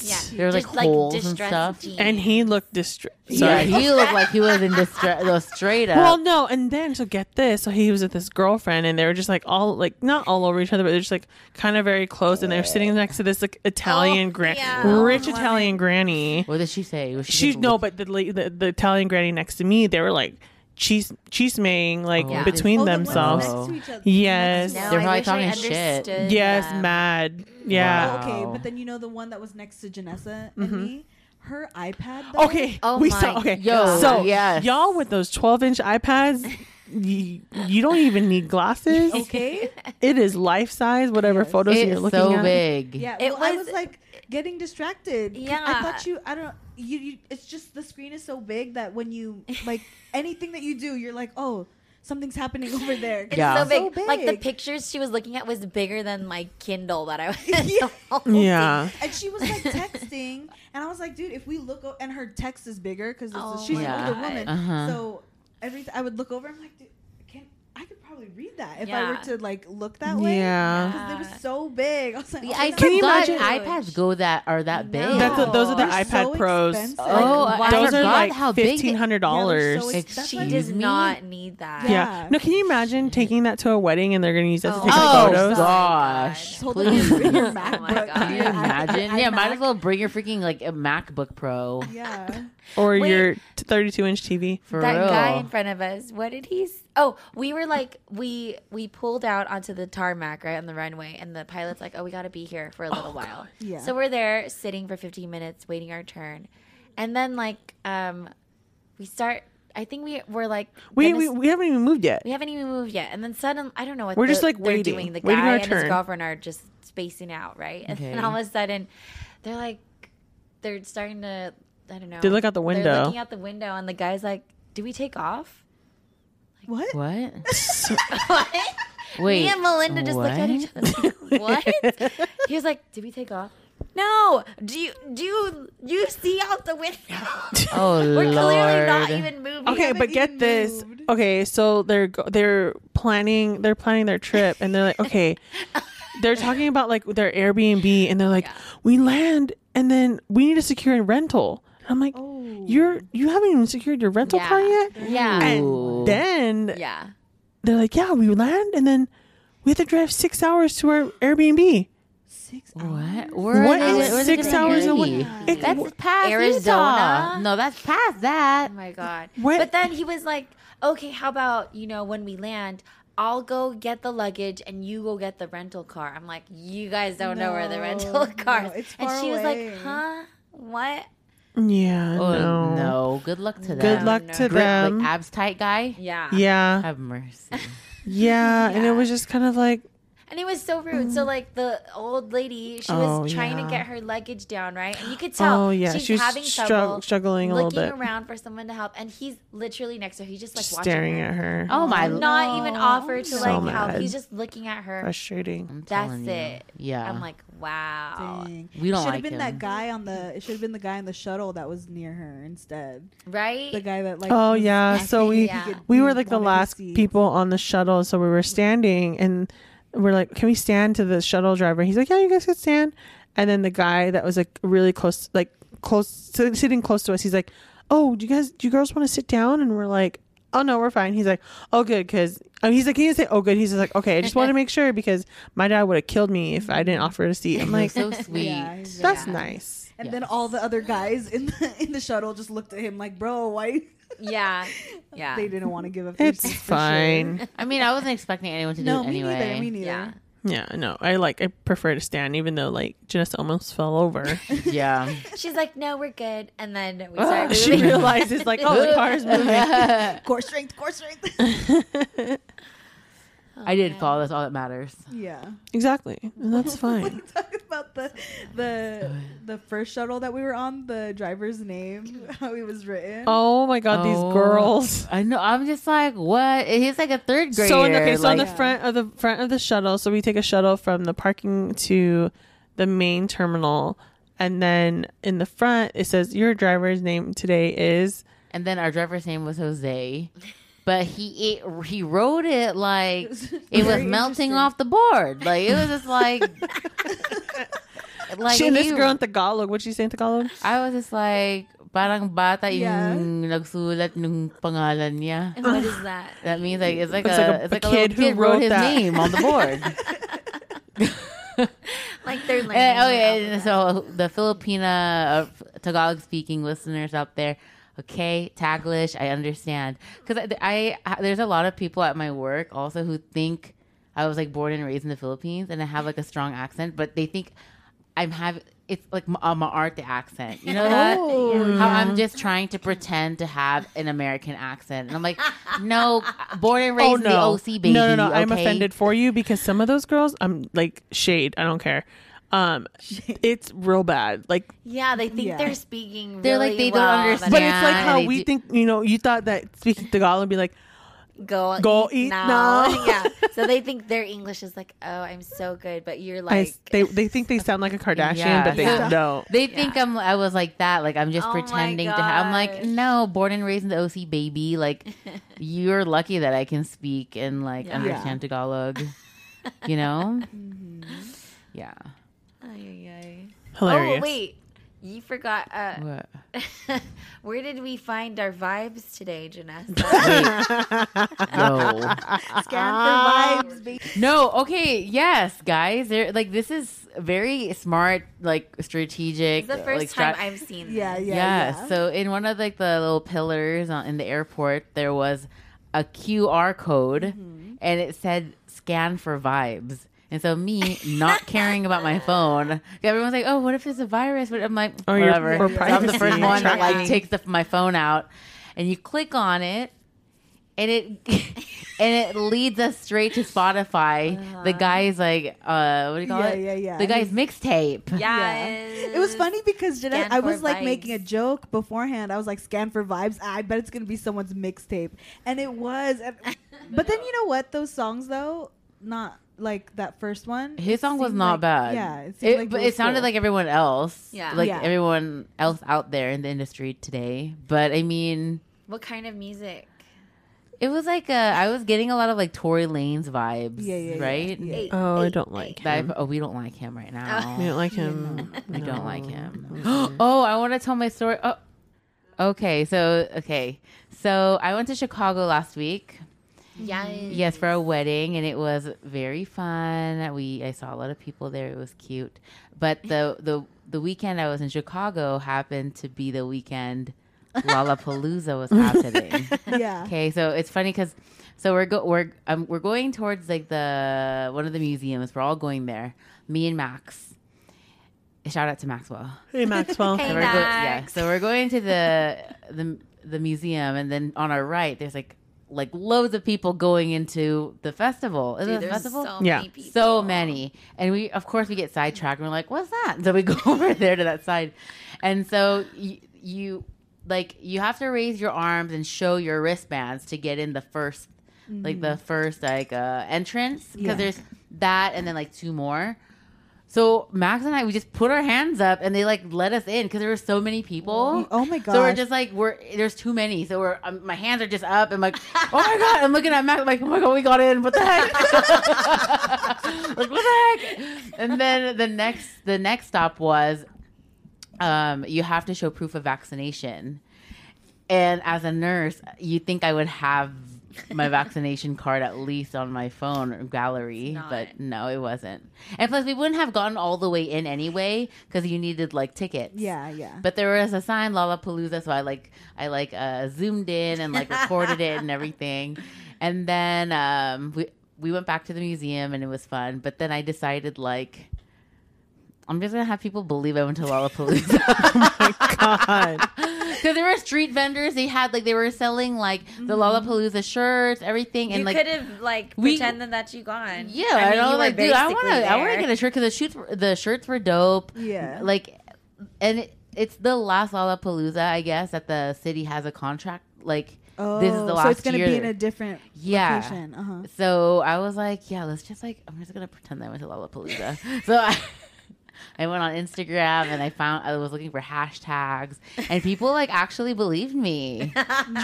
distressed.
Yeah,
There's like
just,
holes and
distressed
stuff.
jeans.
and he looked distressed
Yeah,
sorry
he looked like he was in distress. No, straight up.
*laughs* well no and then so get this so he was with his girlfriend and they were just like all like not all over each other but they're just like kind of very close and they're sitting next to this like italian gran-
yeah.
Oh,
rich italian granny
what did she say? Was
she
just
no
look-
but the, la- the the italian granny next to me they were like cheese cheese maying like
Yeah.
between
Oh, the ones
themselves
next to each other.
Yes.
Now
They're
I
probably
wish I
talking shit.
understood
yes
them.
mad yeah
Oh, okay,
Wow. Mm-hmm.
but then you know the one that was next to Janessa and me. Her iPad. Though,
Okay.
Oh
we
my
saw. Okay.
God.
so
Yes.
y'all with those 12 inch iPads, you, you don't even
*laughs*
need glasses.
Okay.
It is life size, whatever
Yes.
photos you're
It's
looking
so
at.
big.
Yeah.
It
It was, I
was-
was like getting distracted. 'cause
Yeah.
I thought you. I don't. You, you. It's just the screen is so big that when you like
*laughs*
anything that you do, you're like, oh, something's happening over there.
It's
Yeah.
so, big.
So big.
Like the pictures she was looking at was bigger than my Kindle that I *laughs* was.
*laughs* Yeah.
Yeah.
And she
*laughs*
was like texting, and I was like, dude, if we look, o- and her text is bigger because
Oh
she's
my
an older
God.
woman.
Uh-huh.
So every I would look over, I'm like, dude, can I could probably read that if I
Yeah.
were to like look that way.
Yeah.
because it was so big. *laughs* I was like,
The
oh,
I
no.
Can you
forgot
imagine-
iPads go that are that big?
No.
That's what- those are the
They're
iPad
so
Pros.
expensive.
Oh, I
Those are
forgot
like
how big they-
fifteen hundred
Yeah,
dollars.
they're so ex- that's
she
why-
does
Excuse me?
not need that.
yeah.
Yeah.
No, can you imagine taking that to a wedding and they're going to use that to
Oh.
take
oh
like, photos?
gosh!
Hold on,
Please.
bring
*laughs*
your
Oh my
MacBook.
God.
Can you imagine?
I-
yeah, might
iMac.
*laughs*
as well bring your freaking like a MacBook Pro
Yeah.
Or
Wait.
your thirty-two inch TV.
for
that
real.
guy in front of us. What did he? s- Oh, we were like we we pulled out onto the tarmac right on the runway, and the pilot's like, "Oh, we got to be here for a little while."
Yeah.
So we're there sitting for 15 minutes waiting our turn, and then like um, we start. I think we were like
We,
gonna
we
s-
we haven't even moved yet.
we haven't even moved yet, and then suddenly I don't know what
We're just,
the-
like,
they're
waiting,
doing. The guy
waiting our
and his
turn.
girlfriend are just spacing out, right? And then
Okay.
all of a sudden, they're like they're starting to I don't know.
They look out the
They're
window.
looking out the window, and the guy's like, "Do we take off?" *laughs*
What?
What?
*laughs*
what? *laughs*
Wait.
Me and Melinda just looked at each other. *laughs* Like,
*laughs*
what? he was like, "Did we take off?" No. Do you do you, you see out the window? *laughs*
Oh
We're
lord!
clearly not even moving.
okay,
haven't
but get
even
this.
moved.
Okay, so they're go- they're planning they're planning their trip, and they're like, okay, they're talking about like their Airbnb, and they're like, we land, and then we need to secure a rental. I'm like, you're you haven't even secured your rental
Oh. Yeah.
car yet,
Yeah.
Ooh.
and then
*laughs* Yeah.
they're like, yeah, we land, and then we have to drive six hours to our Airbnb.
Six hours?
What? Where
What
are they-
is
where are they
six
gonna
hours
be?
away? It-
That's past
Arizona?
Utah. No, that's past that.
Oh my god.
What-
But then he was like, "Okay, how about you know when we land." I'll go get the luggage and you go get the rental car. I'm like, you guys don't know where the
No,
rental *laughs* car
no, it's
and
far
she was
away.
like, huh? What?
yeah,
Oh
no.
no. Good luck to them.
Good
No,
luck
no.
to
Great,
Like,
them.
abs tight guy.
Yeah.
yeah,
Have mercy.
yeah, and it
Yeah.
was just kind of like.
And it was so rude. So like the old lady, she
Oh,
was trying
yeah.
to get her luggage down, right? And you could tell
oh yeah,
she's
she was
having
strug-
trouble
struggling a little
looking
bit,
around for someone to help, and he's literally next to her. He's just like
Just
watching
staring
her.
at her,
Oh my!
Not even offer to
So
like
mad.
help. He's just looking at her.
frustrating.
I'm
That's
telling you.
it.
Yeah.
I'm like, wow,
Dang.
We don't
It should
like
have been
him.
that guy on the. It should have been the guy on the shuttle that was near her instead.
right?
The
*laughs*
guy that like.
Oh
was-
yeah,
I
so
think,
we
yeah.
we were
We
like the
wanted to
last
see.
people on the shuttle, so we were standing and we're like, "Can we stand to the shuttle driver?" He's like, "Yeah, you guys can stand." And then the guy that was like really close, like close si- sitting close to us, he's like, "Oh, do you guys, do you girls want to sit down?" And we're like. Oh no, we're fine. He's like, oh good, because he's like, he didn't say, oh good. He's just like, okay, I just want
*laughs*
to make sure because my dad would have killed me if I didn't offer to seat. I'm
Like
like, *laughs*
so sweet.
*laughs* Yeah, he's like-
that's
Yeah.
nice.
And then
Yes.
all the other guys in the in the shuttle just looked at him like, "Bro, why?"
yeah, yeah,
They didn't want to give up. their
It's
seats for
fine.
*laughs* I mean, I wasn't expecting anyone to
Sure. No,
do it
me
anyway.
neither. Me neither.
yeah.
*laughs*
Yeah, no, I like I prefer to stand, even though like Janessa almost fell over. *laughs*
yeah.
She's like, no, we're good. And then
Oh,
we started moving.
she realizes like, oh, the
*laughs*
car's moving.
Core strength, core strength. *laughs*
Oh,
I did fall. That's all that matters.
yeah. *laughs*
exactly, and that's fine.
Talk about the the the first shuttle that we were on. The driver's name, *laughs* how he was written.
Oh my god,
Oh.
these girls.
I know. I'm just like, what? He's like a third grader.
So in the, okay, so on the
like-
front of the front of the shuttle, so we take a shuttle from the parking to the main terminal, and then in the front it says your driver's name today is
and then our driver's name was Jose, but he it, he wrote it
*laughs*
like it was
Very
melting
interesting.
off the board. Like it was just
*laughs*
like. Like
Shit, and this
he-
girl in Tagalog. What she say in Tagalog?
I was just like, parang bata yung
Yeah.
nagsulat ng pangalan niya.
And what is
*laughs*
that?
That means like it's like
Looks
a,
like a-
it's
a
like a little
kid
kid,
who
wrote,
wrote
his
that.
name on the
*laughs*
board.
Like they're like,
Eh, oh yeah, and so the Filipina uh, Tagalog speaking listeners out there, okay, Taglish, I understand because I, I there's a lot of people at my work also who think I was like born and raised in the Philippines and I have like a strong accent, but they think I'm having it's like my, uh, my art the accent. You know that?
Oh.
How I'm just trying to pretend to have an American accent, and I'm like, *laughs* no, born and raised in the OC baby.
Oh, no, no, no! I'm
okay?
offended for you because some of those girls, I'm like shade. I don't care. Um, it's real bad. Like,
Yeah, they think
Yeah.
they're speaking.
They're like,
really
they don't
well,
understand.
but
then
it's like
Yeah,
how
they
we
do-
think. You know, you thought that speaking Tagalog would be like,
go
Go eat now.
*laughs*
*laughs*
yeah, so they think their English is like, oh, I'm so good, but you're
I,
like,
they they think they sound like a Kardashian,
Yeah.
but they
Yeah.
don't.
They think I'm. I was like that. Like I'm just
Oh my
pretending to. have I'm
gosh.
like no, born and raised in the OC,
*laughs*
baby. Like you're lucky that I can speak and like
Yeah.
understand Tagalog. You know?
Mm-hmm.
Yeah.
Ay, ay, ay.
Hilarious.
Oh
*laughs*
wait, you forgot. Uh, *laughs*
What?
where did we find our vibes today,
*laughs*
Janessa?
No.
ah.
Scan for vibes, baby.
*laughs* no. Okay. Yes, guys. They're, like this is very smart. Like strategic.
It's the first
like,
time
strat-
I've seen. This.
Yeah, yeah,
Yeah,
yeah.
So in one of like the little pillars on, in the airport, there was a QR code,
Mm-hmm.
and it said "scan for vibes." And so me not caring about my phone, everyone's like, "Oh, what if it's a virus?" But I'm like,
Or your-
"Whatever."
or
So I'm the first
privacy
one that like
tracking.
takes the, my phone out, and you click on it, and it *laughs*
*laughs*
and it leads us straight to Spotify. The guy's like, uh, "What do you call
Uh-huh. Yeah,
it?"
yeah, yeah.
The guy's mixtape.
*laughs*
Yes.
It was funny because Jen,
Scan
I
for
was like
vibes.
making a joke beforehand. I was like, scan for vibes. I bet it's going to be someone's mixtape. And it was.
*laughs*
And- But then you know what? Those songs, though, not like that first one.
His
it
song was
seemed
not
like-
bad.
Yeah. It,
it,
seemed like
but
was
it sounded
cool.
like everyone else.
Yeah.
like
Yeah.
everyone else out there in the industry today. But I mean,
What kind of music?
it was like a, I was getting a lot of like Tory Lanez vibes.
Yeah, yeah, yeah,
right.
yeah.
Eight,
Oh, I
eight,
don't like
eight.
That I've- oh, we don't like him right now.
We don't like him.
I don't like him. *gasps* oh, I want to tell my story. Oh, okay. So okay, so I went to Chicago last week.
Yes.
Yes, for a wedding, and it was very fun. We I saw a lot of people there. It was cute. But the the the weekend I was in Chicago happened to be the weekend Lollapalooza was happening. *laughs*
Yeah.
okay, so it's funny because so we're go we're um, we're going towards like the one of the museums. We're all going there. Me and Max. Shout out to Maxwell.
Hey, Maxwell.
Hey,
*laughs*
So we're go- yeah,
Max.
so we're going to the the the museum, and then on our right, there's like like loads of people going into the festival. Is
Dude,
it a
there's
festival?
so
Yeah.
many people.
So many. And we, of course, we get sidetracked and we're like, what's that? So we *laughs* go over there to that side. And so you, you like, you have to raise your arms and show your wristbands to get in the 1st like,
Mm.
the first, like, uh, entrance. Because
Yeah.
there's that and then, like, two more. So Max and I, we just put our hands up and they, like, let us in because there were so many people.
Oh my god.
So we're just like we're there's too many. So we're um, my hands are just up. I'm like, oh my god! I'm looking at Max. I'm like, oh my god, we got in. What the heck? *laughs* like what the heck? And then the next the next stop was, um, you have to show proof of vaccination. And as a nurse, you think I would have my vaccination card at least on my phone or gallery,
It's not.
but no, it wasn't. And plus, we wouldn't have gotten all the way in anyway because you needed like tickets.
yeah, yeah.
But there was a sign Lollapalooza, so I like I like uh, zoomed in and like recorded it
*laughs*
and everything. And then um, we we went back to the museum and it was fun. But then I decided like I'm just gonna have people believe I went
*laughs*
to Lollapalooza *laughs*
Oh, God.
because there were street vendors. They had like they were selling like the Lollapalooza shirts, everything, and
*laughs* Mm-hmm. you
like
could have like
we-
pretended that you gone.
yeah,
I,
I,
mean,
know.
you were
like, dude, I want
basically
to. I want to
there.
get a shirt because the shirts, were- the shirts were dope.
Yeah.
like, and it, it's the last Lollapalooza, I guess, that the city has a contract. Like,
oh,
this is the
So
last
it's gonna
year.
be in a different
yeah.
location. Uh huh.
So I was like, yeah, let's just like, I'm just gonna pretend that I went to Lollapalooza. *laughs* so I, I went on Instagram and I found I was looking for hashtags, and people like actually believed
*laughs*
me,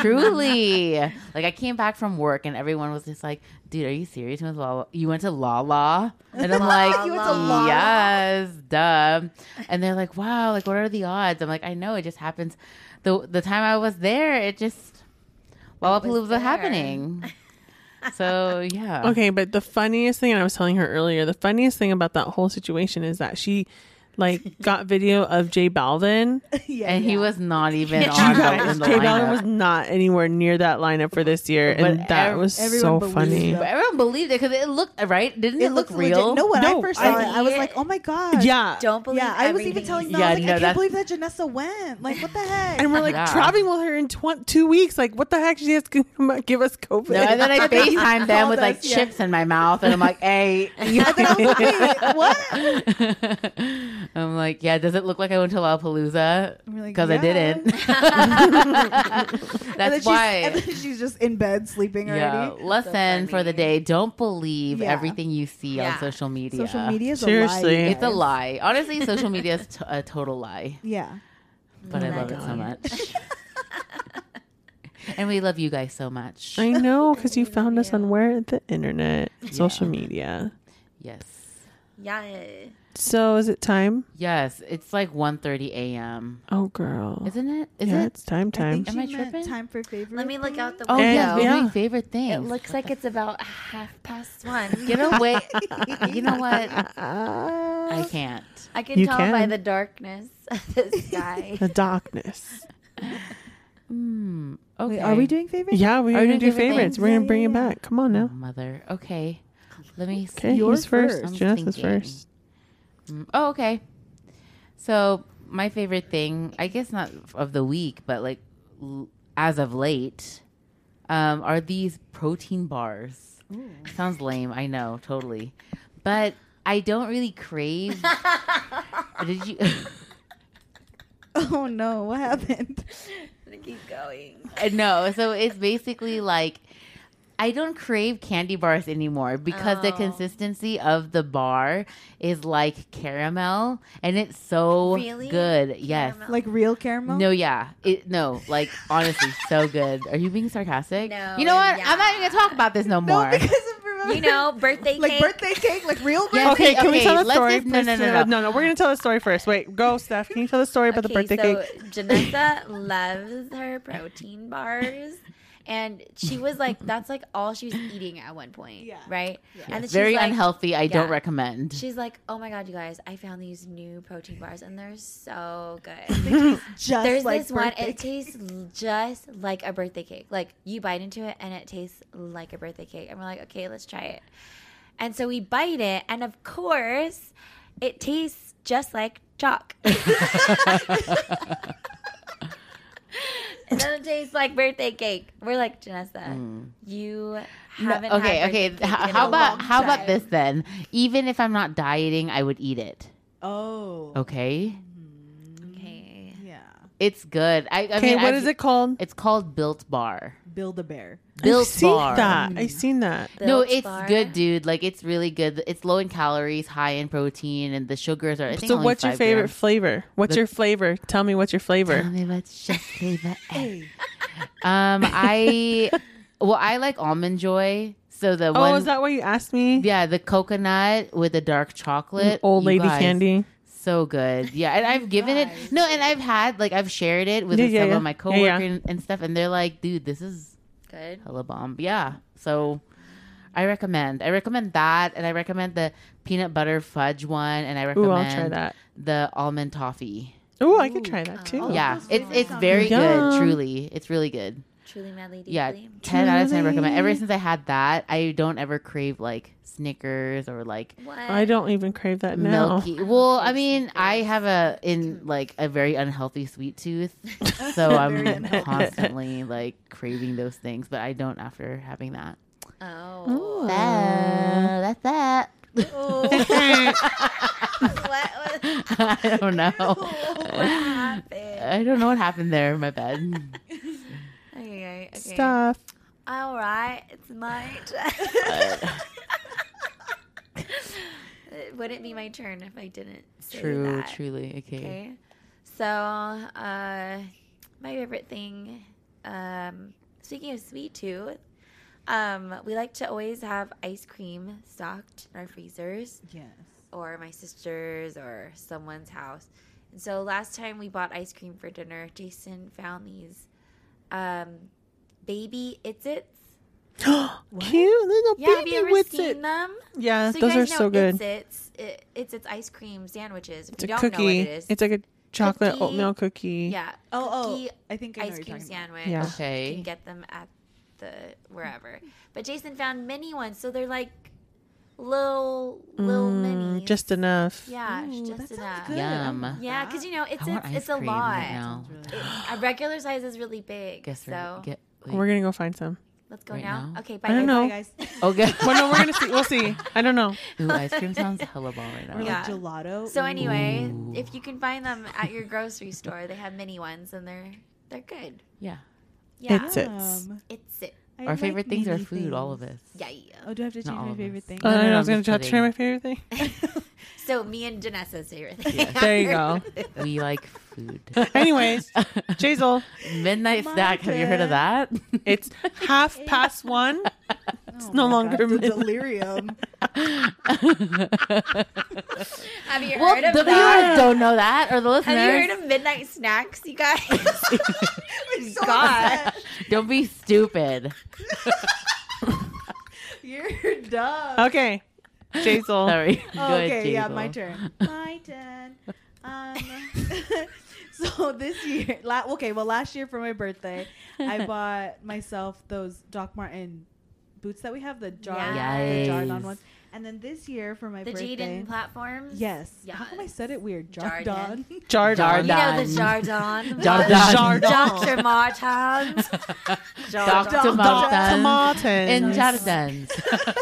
truly. Like I came back from work and everyone was just like, dude, are you serious? You went to Lala? You went to Lala? And
*laughs*
I'm like,
You went to Lala?
yes, duh. And they're like, wow, like what are the odds? I'm like, I know it just happens. The the time I was there, it just Lollapalooza
there.
happening. So yeah.
Okay, but the funniest thing, and I was telling her earlier, the funniest thing about that whole situation is that she like got video of Jay Balvin.
*laughs* yeah,
and he was
*laughs*
not even
Yeah.
on
Balvin's
the,
You guys,
Oh, in the
Jay Balvin
lineup.
was not anywhere near that lineup for this year, and
But
that
ev-
was so
everyone believes
funny.
them.
but everyone believed it because it looked right. Didn't it, look
looks legit.
real?
No, when
No,
I first
I-
saw it, I was like, "Oh my god!"
Yeah,
*laughs* Don't believe.
yeah. I was even
everything
telling
he
them,
Yeah,
I was like,
no,
"I
that's-
can't believe that Janessa went. Like, what
*laughs*
the heck?"
and we're like
Yeah.
traveling with her in tw- two weeks. Like, what the heck? She has to come give us COVID.
No, and then *laughs* I
think you
FaceTime them
called
with like
us, yeah.
chips in my mouth, and I'm like, *laughs* "Hey, you
And then I was like,
*laughs*
"Wait, what?"
I'm like, yeah. Does it look like I went to Lollapalooza?
And we're like,
Because I *laughs*
"Yeah."
didn't.
And then
That's
she's-
why.
and then she's just in bed sleeping
Yeah.
already.
Lesson for the
funny.
day: Don't believe
Yeah.
everything you see on
Yeah.
social media.
Social media is
Seriously.
a lie. you
It's a
guys.
lie. Honestly, social media *laughs* is t- a total lie.
Yeah.
But I
Oh my
love it so
*laughs*
God.
much. and we love you guys so much.
*laughs* I know because you found us on where the internet, social media.
Yes.
Yeah.
So is it time?
Yes. It's like 1.30 a.m.
Oh, girl,
Isn't it? Is
yeah,
it?
it's time
I
time.
think
Am
she
I
meant
tripping?
Time for favorite.
Let me look
*laughs*
out the
Oh,
window.
yeah.
What are
Yeah.
my favorite things.
It looks like it's about half past *laughs* one.
Get *laughs* away. you know
*laughs*
what? I
Ah,
can't.
I can
You
tell by
can.
the darkness of the sky.
*laughs*
the darkness.
Hmm. Okay.
Wait, are we doing favorite?
Yeah, we're
Are we
gonna
doing
do
different
favorites.
things?
We're
Yeah,
gonna bring
yeah,
it
yeah.
back. Come on now.
Oh, Mother. Okay. Let me see.
Okay,
Yours
who's first?
first.
Janice is
thinking.
first.
Mm, Oh, okay. So my favorite thing, I guess not of the week, but like l- as of late, um, are these protein bars. Sounds lame, I know, totally, but I don't really crave.
*laughs*
Did you?
*laughs*
*laughs*
Oh no, what happened?
Keep going.
Uh, no. So it's basically like. I don't crave candy bars anymore because the
Oh.
consistency of the bar is like caramel and it's so
Really?
good. Yes.
Caramel?
Like real caramel?
No, yeah, it no, like honestly, so good. Are you being sarcastic?
No,
You know what?
yeah.
I'm not even gonna talk about this no
*laughs* No,
more.
because of remember,
You
*laughs*
know, birthday
like
cake.
birthday cake, like real
Yeah,
okay,
okay,
can we
okay,
tell the
let's
story?
just- no, no,
first?
no, no.
no, We're gonna tell the story first. Wait, go, Steph. Can you tell the story about the birthday
so
cake?
Janessa loves her protein bars. And she was like, that's like all she was eating at one point.
Yeah.
Right? And then
*laughs* Very
she's like,
unhealthy. I don't
yeah.
recommend.
She's like, oh my God, you guys, I found these new protein bars and they're so good.
just
There's
like
this one.
birthday
It tastes l- just like a birthday cake. Like you bite into it and it tastes like a birthday cake. And we're like, okay, let's try it. And so we bite it, and of course, it tastes just like chalk. *laughs* it doesn't taste like birthday cake. We're like Janessa, you
Mm. No,
haven't.
okay,
had
okay.
birthday
h-
cake in
how
a
about
long
how about
time.
this then? Even if I'm not dieting, I would eat it.
Oh.
Okay,
Okay.
Yeah.
it's good. I, I
Okay,
mean,
what
I've-
is it called?
It's called Built Bar.
Build a bear.
Built
I've seen
Bar.
that.
Mm.
I've seen that.
no,
Built
it's
bar.
good, dude. Like it's really good. It's low in calories, high in protein, and the sugars are. I think
So,
only
what's your
five
favorite
grams.
flavor? What's your flavor? Tell me what's your
Tell
flavor.
me what's
*laughs*
your favorite. um, I well, I like almond joy. So the
Oh,
one,
is that why you asked me?
yeah, the coconut with the dark chocolate,
Mm, Old
You
lady
guys,
candy.
so good. Yeah, and I've given it no, and I've had like I've shared it with
Yeah,
some
yeah, yeah.
of my
Yeah, yeah.
coworkers and, and stuff, and they're like, dude, this is
Good.
hella bomb. Yeah, so. I recommend. I recommend that, and I recommend the peanut butter fudge one, and I
Ooh,
recommend
I'll try that.
the almond toffee.
Ooh, I could try that too.
yeah,
those
it's
sound-
it's very good.
Yum.
Truly, it's really good.
Truly, madly, deeply.
Yeah, ten out of ten
Truly.
recommend. Ever since I had that, I don't ever crave like Snickers or like
What?
I don't even crave that now.
milky. Well, I mean, I have a in like a very unhealthy sweet
*laughs*
tooth, *laughs* so
Very
I'm
unhealthy.
constantly like craving those things. But I don't after having that.
Oh.
So, that's that.
*laughs*
*laughs*
what was
I don't know.
*laughs* what happened?
*laughs* I don't know what happened there. My bad.
*laughs* Okay, okay.
Stuff.
All right, it's
*sighs*
my *laughs* turn. it wouldn't be my turn if I didn't say
True,
that.
truly. Okay.
Okay. So, uh, my favorite thing, um, speaking of sweet tooth, um, we like to always have ice cream stocked in our freezers.
Yes.
or my sister's or someone's house. And so last time we bought ice cream for dinner, Jason found these um, baby itsits.
*gasps* Cute little
Yeah, have
baby
you ever
wits
seen
it.
them?
Yeah,
So you
those are
guys know
so good.
It's it's, it, it's it's ice cream sandwiches. If
It's
you
a
don't know what
cookie.
it is,
It's like a chocolate
Cookie.
oatmeal cookie.
yeah.
Oh,
cookie
oh, I think I know
ice
what you're
cream
talking about.
sandwich.
Yeah.
Okay.
You can get them at the wherever. But Jason found mini ones, so they're like little little
Mm,
minis.
Just enough.
yeah,
Ooh, that
just
sounds
enough.
good.
Yum.
I want
Yeah,
that.
because you know it's
I want
it's,
ice
it's a
cream
lot.
right now.
Sounds really-
It- a regular size is really big.
Guess we're
so
get. Wait.
We're gonna go find some.
*laughs* let's go
right
now.
now?
Okay, bye.
I
guys.
don't know.
Bye, guys.
okay.
Well, no, we're gonna see. We'll see. I don't know.
Ooh, ice cream sounds hella bomb right now.
Or
Yeah.
like gelato.
*laughs* So anyway,
Ooh.
if you can find them at your grocery store, they have mini ones and they're they're good.
Yeah.
Yeah.
It's it. Tits.
Um,
It's it.
I
Our
like
favorite things are
mini
food. All of
things.
us.
Yeah.
Oh, do I have to
Not
change
all
my
of
favorite
us.
thing?
Oh,
No,
*laughs* no,
*laughs*
no,
no,
no,
I was
I'm
gonna
just
try to try my
kidding.
favorite thing.
So me and Janessa's *laughs* favorite thing.
Yeah.
There you go.
*laughs* We
*laughs*
like food. *laughs*
Anyways, Jazel,
Midnight snack. Have you heard of that?
*laughs*
*laughs*
it's half past one.
it's
no longer mini. *laughs*
delirium.
Have you
well,
heard of
the
that?
viewers don't know that, or the listeners.
Have you heard of midnight snacks, you guys?
*laughs*
*laughs* God,
don't be
*laughs*
stupid.
You're dumb.
Okay, Jazel.
Sorry.
Oh,
Go ahead,
okay, yeah,
Jaisal. *laughs*
my turn. my turn. Um, *laughs* so this year, la- okay, well, last year for my birthday,
*laughs*
I bought myself those Doc Martin boots that we have the jar, the jar
Yes.
non ones, and then this year for my
the
birthday,
Jaden platforms.
yes, how come I
Yes.
said it weird? Jar
Jarden. *laughs*
*laughs* Don.
You
Jardon.
Jardon.
know the Jardon,
Jardon.
Doctor Martens,
Doctor
Jardon.
Dr.
Martens.
Martens.
In Jardins.
*laughs*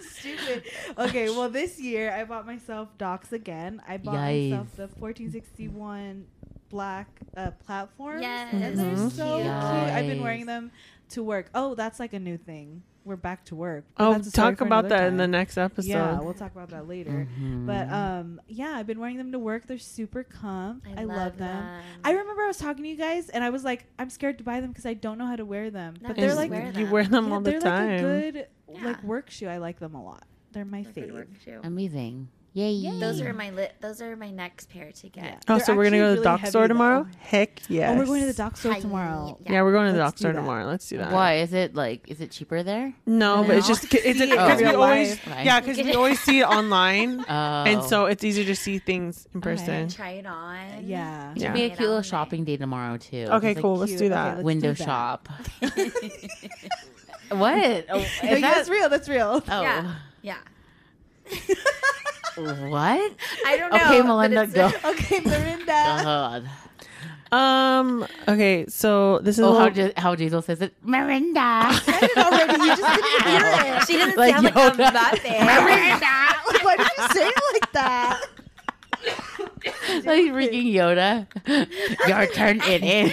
Stupid. Okay, well, this year I bought myself docs again. I bought
Yikes.
myself the 1461 black uh, platform.
Yes.
And they're
Mhm.
so cute. I've been
Mm-hmm. Yikes.
wearing them to work. Oh, that's like a new thing. We're back to work. But
Oh,
that's a story
talk
for
about
another
that in the
time.
next episode.
Yeah, we'll talk about that later.
Mm-hmm.
But um, yeah, I've been wearing them to work. They're super comfy. I, love, them. I remember I was talking to you guys, and I was like, I'm scared to buy them because I don't know how to wear them.
No,
but
you
they're
just
like
wear
you
them.
wear them
yeah,
all the
they're
time.
like a good like
Yeah.
work shoe. I like them a lot. They're my
They're good work
favorite.
shoe.
Amazing. Yay.
Those are my lit. Those are my next pair to get.
Yeah.
oh,
They're
so we're gonna go to the
actually
doc
really
store
heavy,
tomorrow?
though.
Heck yes.
Oh, we're going to the doc store
Hi-
tomorrow.
yeah.
Yeah, we're going to the
Let's
doc
do
store
that.
tomorrow. Let's do that.
Why is it like? Is it cheaper there?
No, but it's
No.
just it's
See it
because
in
we
real
always
life.
Right.
yeah because
*laughs*
we always see it online,
Oh.
and so it's easy to see things in
Okay.
person.
Try it on.
Yeah.
Yeah.
It'll be a
Right
cute little
on.
shopping day tomorrow too.
Okay,
Just, like,
cool. Let's
cute.
do
Okay,
that.
let's-
window
*laughs*
do that.
shop. what? Oh,
*laughs* No,
is
yeah,
that-
that's real.
*laughs*
That's real.
oh.
Yeah. Yeah.
*laughs*
What?
I don't know.
Okay,
but
Melinda,
it's-
go.
*laughs*
okay, Lorinda.
God.
Um. Okay. So this is a
Oh, how
little-
Je- how Jesus says it,
*laughs*
Miranda.
already. You just didn't
*laughs*
hear it.
she doesn't
Like
sound like a
Yoda. *laughs*
Muppet.
*laughs* Why did you say it like
*laughs*
that?
like freaking
*laughs*
Yoda. Your turn. It is.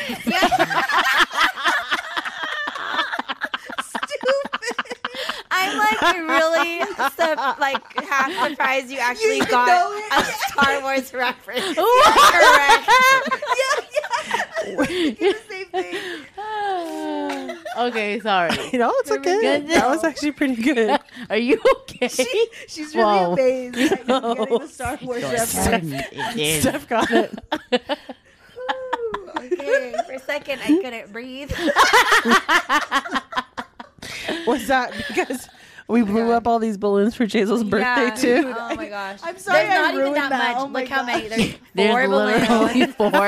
Stupid.
I'm like
*laughs*
really su- like half surprised you actually
You
got
know it.
a Star Wars reference. *laughs*
yeah, yeah. I was thinking the same thing.
okay, sorry.
*laughs*
*laughs*
You know, it's
Here we
okay.
go.
That was actually pretty
*laughs*
good.
Are you okay?
She, she's really
Whoa.
amazed at you
*laughs*
getting
No.
the Star Wars
Your
reference.
turn. It is.
Steph
*laughs*
got it.
Correct. okay, for a second I couldn't breathe.
Was that because we blew up all these balloons for Jazel's
Oh Yeah. *laughs*
birthday too?
Oh my gosh.
I'm sorry
There's
I
not even
ruined
that,
that.
much.
Oh my
Look how many.
*laughs* gosh.
There's four
There's
*laughs*
balloons
literally four.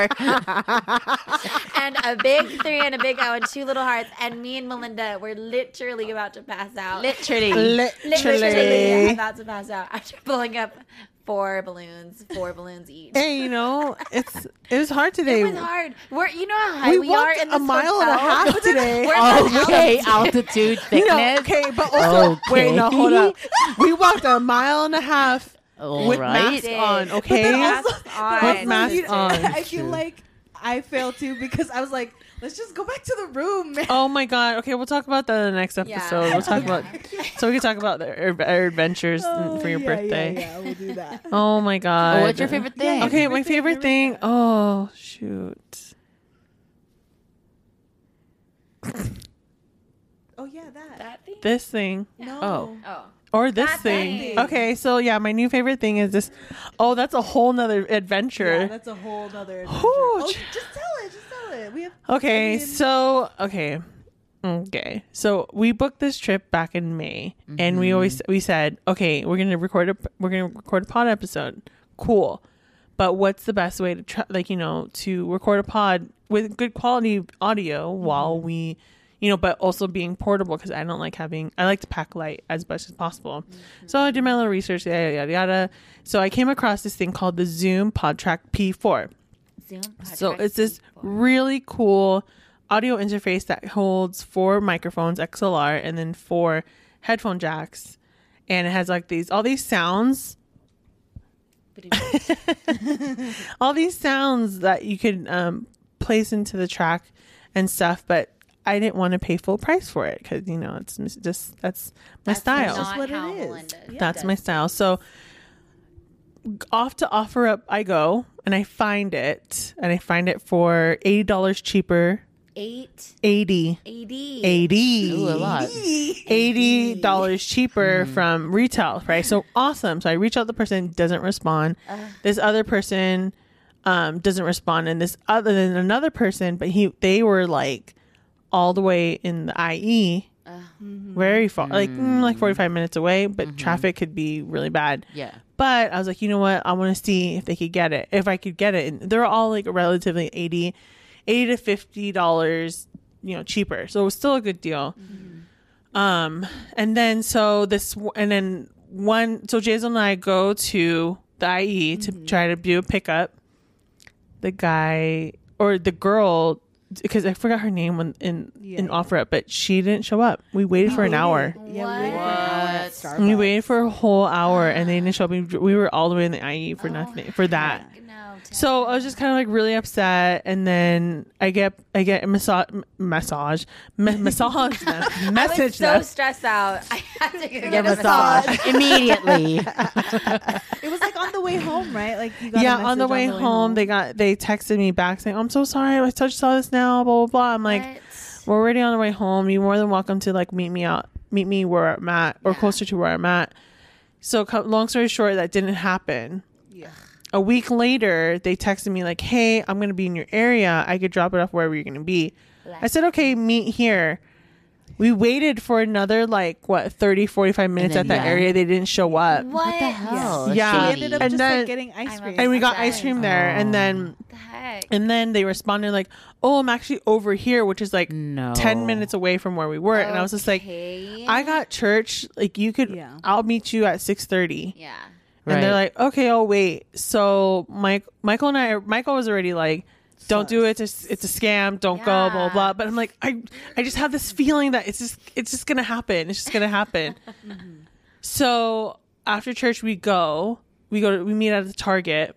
*laughs* and a big three and a big O and two little hearts. And me and Melinda were literally about to pass out.
Literally.
literally
Literally.
about to pass out after pulling up four balloons, four balloons each.
Hey, you know, it's it was hard today.
It was hard. We're you know how high
We
we, are
walked
in
a
this
mile and a
hotel?
half
*laughs*
today.
We're in this
*laughs* Okay, altitude,
Oh, *laughs* You
thickness.
know, okay, but also wait, no,
*laughs*
hold up. We walked a mile and a half
All
with
right.
masks on.
But
Okay,
then also-
Masks
but
on.
also
Masks
you-
on.
*laughs* I feel
True.
like I failed too because I was like, let's just go back to the room,
*laughs*
man.
Oh my god. Okay, we'll talk about that in the next episode.
Yeah.
We'll talk
Yeah.
about so we can talk about our, our adventures
Oh,
Mm, for your
yeah,
birthday.
Yeah, yeah, we'll do
*laughs*
that.
Oh my god.
Oh, what's your favorite thing?
Yeah,
Okay,
Favorite
my
thing,
favorite
favorite
thing.
thing.
Oh shoot.
Oh yeah, that.
That thing?
This thing
No.
Oh.
Oh.
or this
That
thing.
thing.
Okay, so yeah, my new favorite thing is this. Oh, that's a whole nother
Yeah,
adventure.
that's a whole
*laughs*
nother. adventure.
Whew,
Oh,
ch-
just tell it. Just tell it. We have.
okay,
I mean-
so okay. Okay. So we booked this trip back in May and we always we said, "Okay, we're going to record a we're going to record a pod episode." Cool. But what's the best way to try, like, you know, to record a pod with good quality audio while we you know, but also being portable because I don't like having I like to pack light as much as possible. So I did my little research, yada yada yada. So I came across this thing called the Zoom PodTrack P4.
Zoom.
So
podcast
it's this
people.
really cool audio interface that holds four microphones XLR and then four headphone jacks, and it has like these all these sounds, all these sounds that you could um, place into the track and stuff. But I didn't want to pay full price for it because you know it's mis- just that's my
That's
style.
not
what it
how
is.
Melinda
That's
does
my
it.
style. So off to offer up I go and I find it and I find it for eighty dollars cheaper.
eight
80
eighty.
80
Ooh, a lot. Mm-hmm.
eighty dollars cheaper from retail price. So awesome. So I reach out the person doesn't respond. This other person um, doesn't respond, and this other than another person, but he they were like all the way in the IE,
Mm-hmm.
very far, like mm, like forty five minutes away. But traffic could be really bad.
Yeah.
But I was like, you know what? I want to see if they could get it. If I could get it, and they're all like relatively 80, 80 to fifty dollars, you know, cheaper. So it was still a good deal.
Mm-hmm.
Um, and then so this, and then one, so Jason and I go to the IE to
Mm-hmm.
try to do a pickup. The guy or the girl, because I forgot her name when in
Yeah,
in
yeah.
offer up, but she didn't show up. We waited for an hour.
Yeah, we waited for
What?
an hour at
And We
Starbucks.
waited for a whole hour and they didn't show up. We, we were all the way in the IE for
Oh,
nothing for that.
heck No,
So I was just kind of like really upset, and then I get I get a massage massage ma-
*laughs*
massage them,
I was
message
so
them.
stressed out. *laughs* I had to go
Give
get
a massage immediately.
It was like on the way home, right? Like you got
Yeah,
a
on the
message
way home, they got they texted me back saying, "I'm so sorry, I such saw this now." Blah blah blah. I'm *laughs* like,
What?
"We're already on the way home. You're more than welcome to like meet me out, meet me where I'm at, or
Yeah.
closer to where I'm at." So, co- long story short, that didn't happen.
Yeah.
a week later, they texted me like, "Hey, I'm gonna be in your area. I could drop it off wherever you're gonna be." I said, "Okay, meet here." We waited for another like what 30 45 minutes
then,
at that
yeah.
area. They didn't show up.
What
the hell?
What
Yeah.
We
shady.
ended up
And
just
then-
like getting ice
I'm
cream.
And we got
Upset.
ice cream there and then
the heck?
and then they responded like, "Oh, I'm actually over here," which is like
No.
10 minutes away from where we were. And I was just like,
Okay.
"I got church. Like you could
Yeah.
I'll meet you at 6:30."
yeah.
and they're
Right.
like, okay, I'll wait. So Mike, Michael and I, Michael was already like, don't do it. It's it's a scam. Don't go. Blah
Yeah.
blah. But I'm like, I I just have this feeling that it's just it's just gonna happen. It's just gonna happen. So after church, we go. We go. To, we meet at the Target,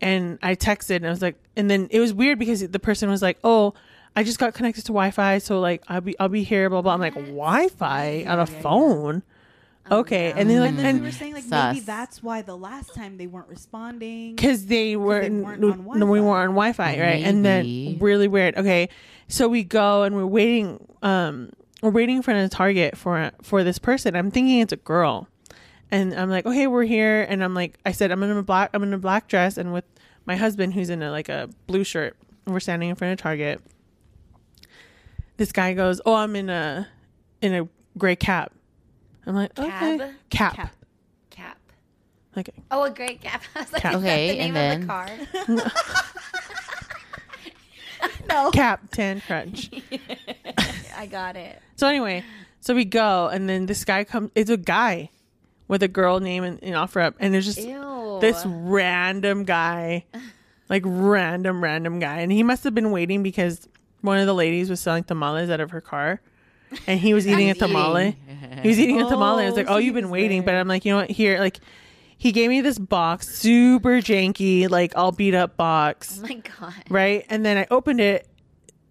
and I texted and I was like, and then it was weird because the person was like, oh. I just got connected to Wi-Fi, so like I'll be I'll be here, blah blah. I'm like
What?
Wi-Fi on a phone, okay. And then like
And then
and
we were saying like maybe
Sus.
that's why the last time they weren't responding.
because they were
weren't on
no, we
Wi-Fi.
weren't on Wi-Fi, right? And then
Maybe.
really weird. Okay, so we go and we're waiting. Um, we're waiting in front of Target for for this person. I'm thinking it's a girl, and I'm like, okay, we're here. And I'm like, I said, I'm in a black, I'm in a black dress, and with my husband who's in a like a blue shirt. We're standing in front of Target. This guy goes, oh, I'm in a in a gray cap. I'm like, okay,
Cab?
cap.
Cap.
Cap.
Okay,
Oh, a great cap. *laughs* I was like,
Cap.
is that
Okay,
the name
and
of the
then-
car.
*laughs*
*laughs*
cap tan crunch.
I got it.
So anyway, so we go, and then this guy comes. It's a guy with a girl name and, and offer up, and it's just
Ew. Oh
this random guy, like random random guy, and he must have been waiting because one of the ladies was selling tamales out of her car, and he was eating a tamale. He was eating a tamale. I was like,
Oh,
"Oh,
so he
you've been
was
waiting," but
there.
I'm like, you know what? Here, like. He gave me this box, super janky, like all beat up box
Oh my god.
right? And then I opened it.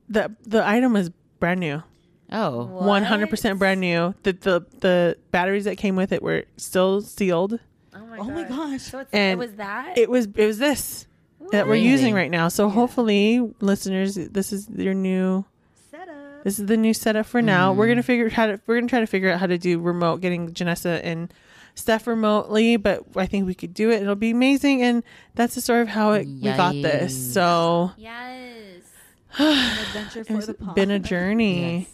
the The item was brand new,
oh.
one hundred percent brand new. The, the the batteries that came with it were still sealed.
Oh my,
Oh my gosh.
So it's,
And
it was that?
It was it was this that we're
Amazing.
using right now. So hopefully, listeners, this is your new
Set up.
this is the new setup for now. We're gonna figure out how to we're gonna try to figure out how to do remote getting Janessa and stuff remotely, but I think we could do it. It'll be amazing, and that's the story of how it, we got this.
Yikes.
So
yes.
An adventure for
it's
the pod.
been a journey.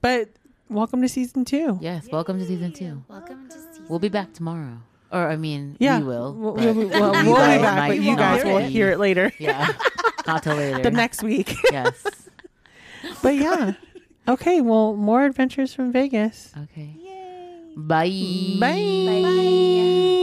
But welcome to season two.
Yes, welcome to season two.
Welcome to season.
We'll be back tomorrow. Or I mean,
Yeah,
we will.
We'll,
but-
we'll, be- well,
We *laughs*
we'll
will.
be
Might
back, but you
not
guys will
be.
hear it later,
Yeah, not till later.
*laughs* the next week.
Yes.
but yeah, okay. Well, more adventures from Vegas.
Okay.
Yay.
Bye.
Bye.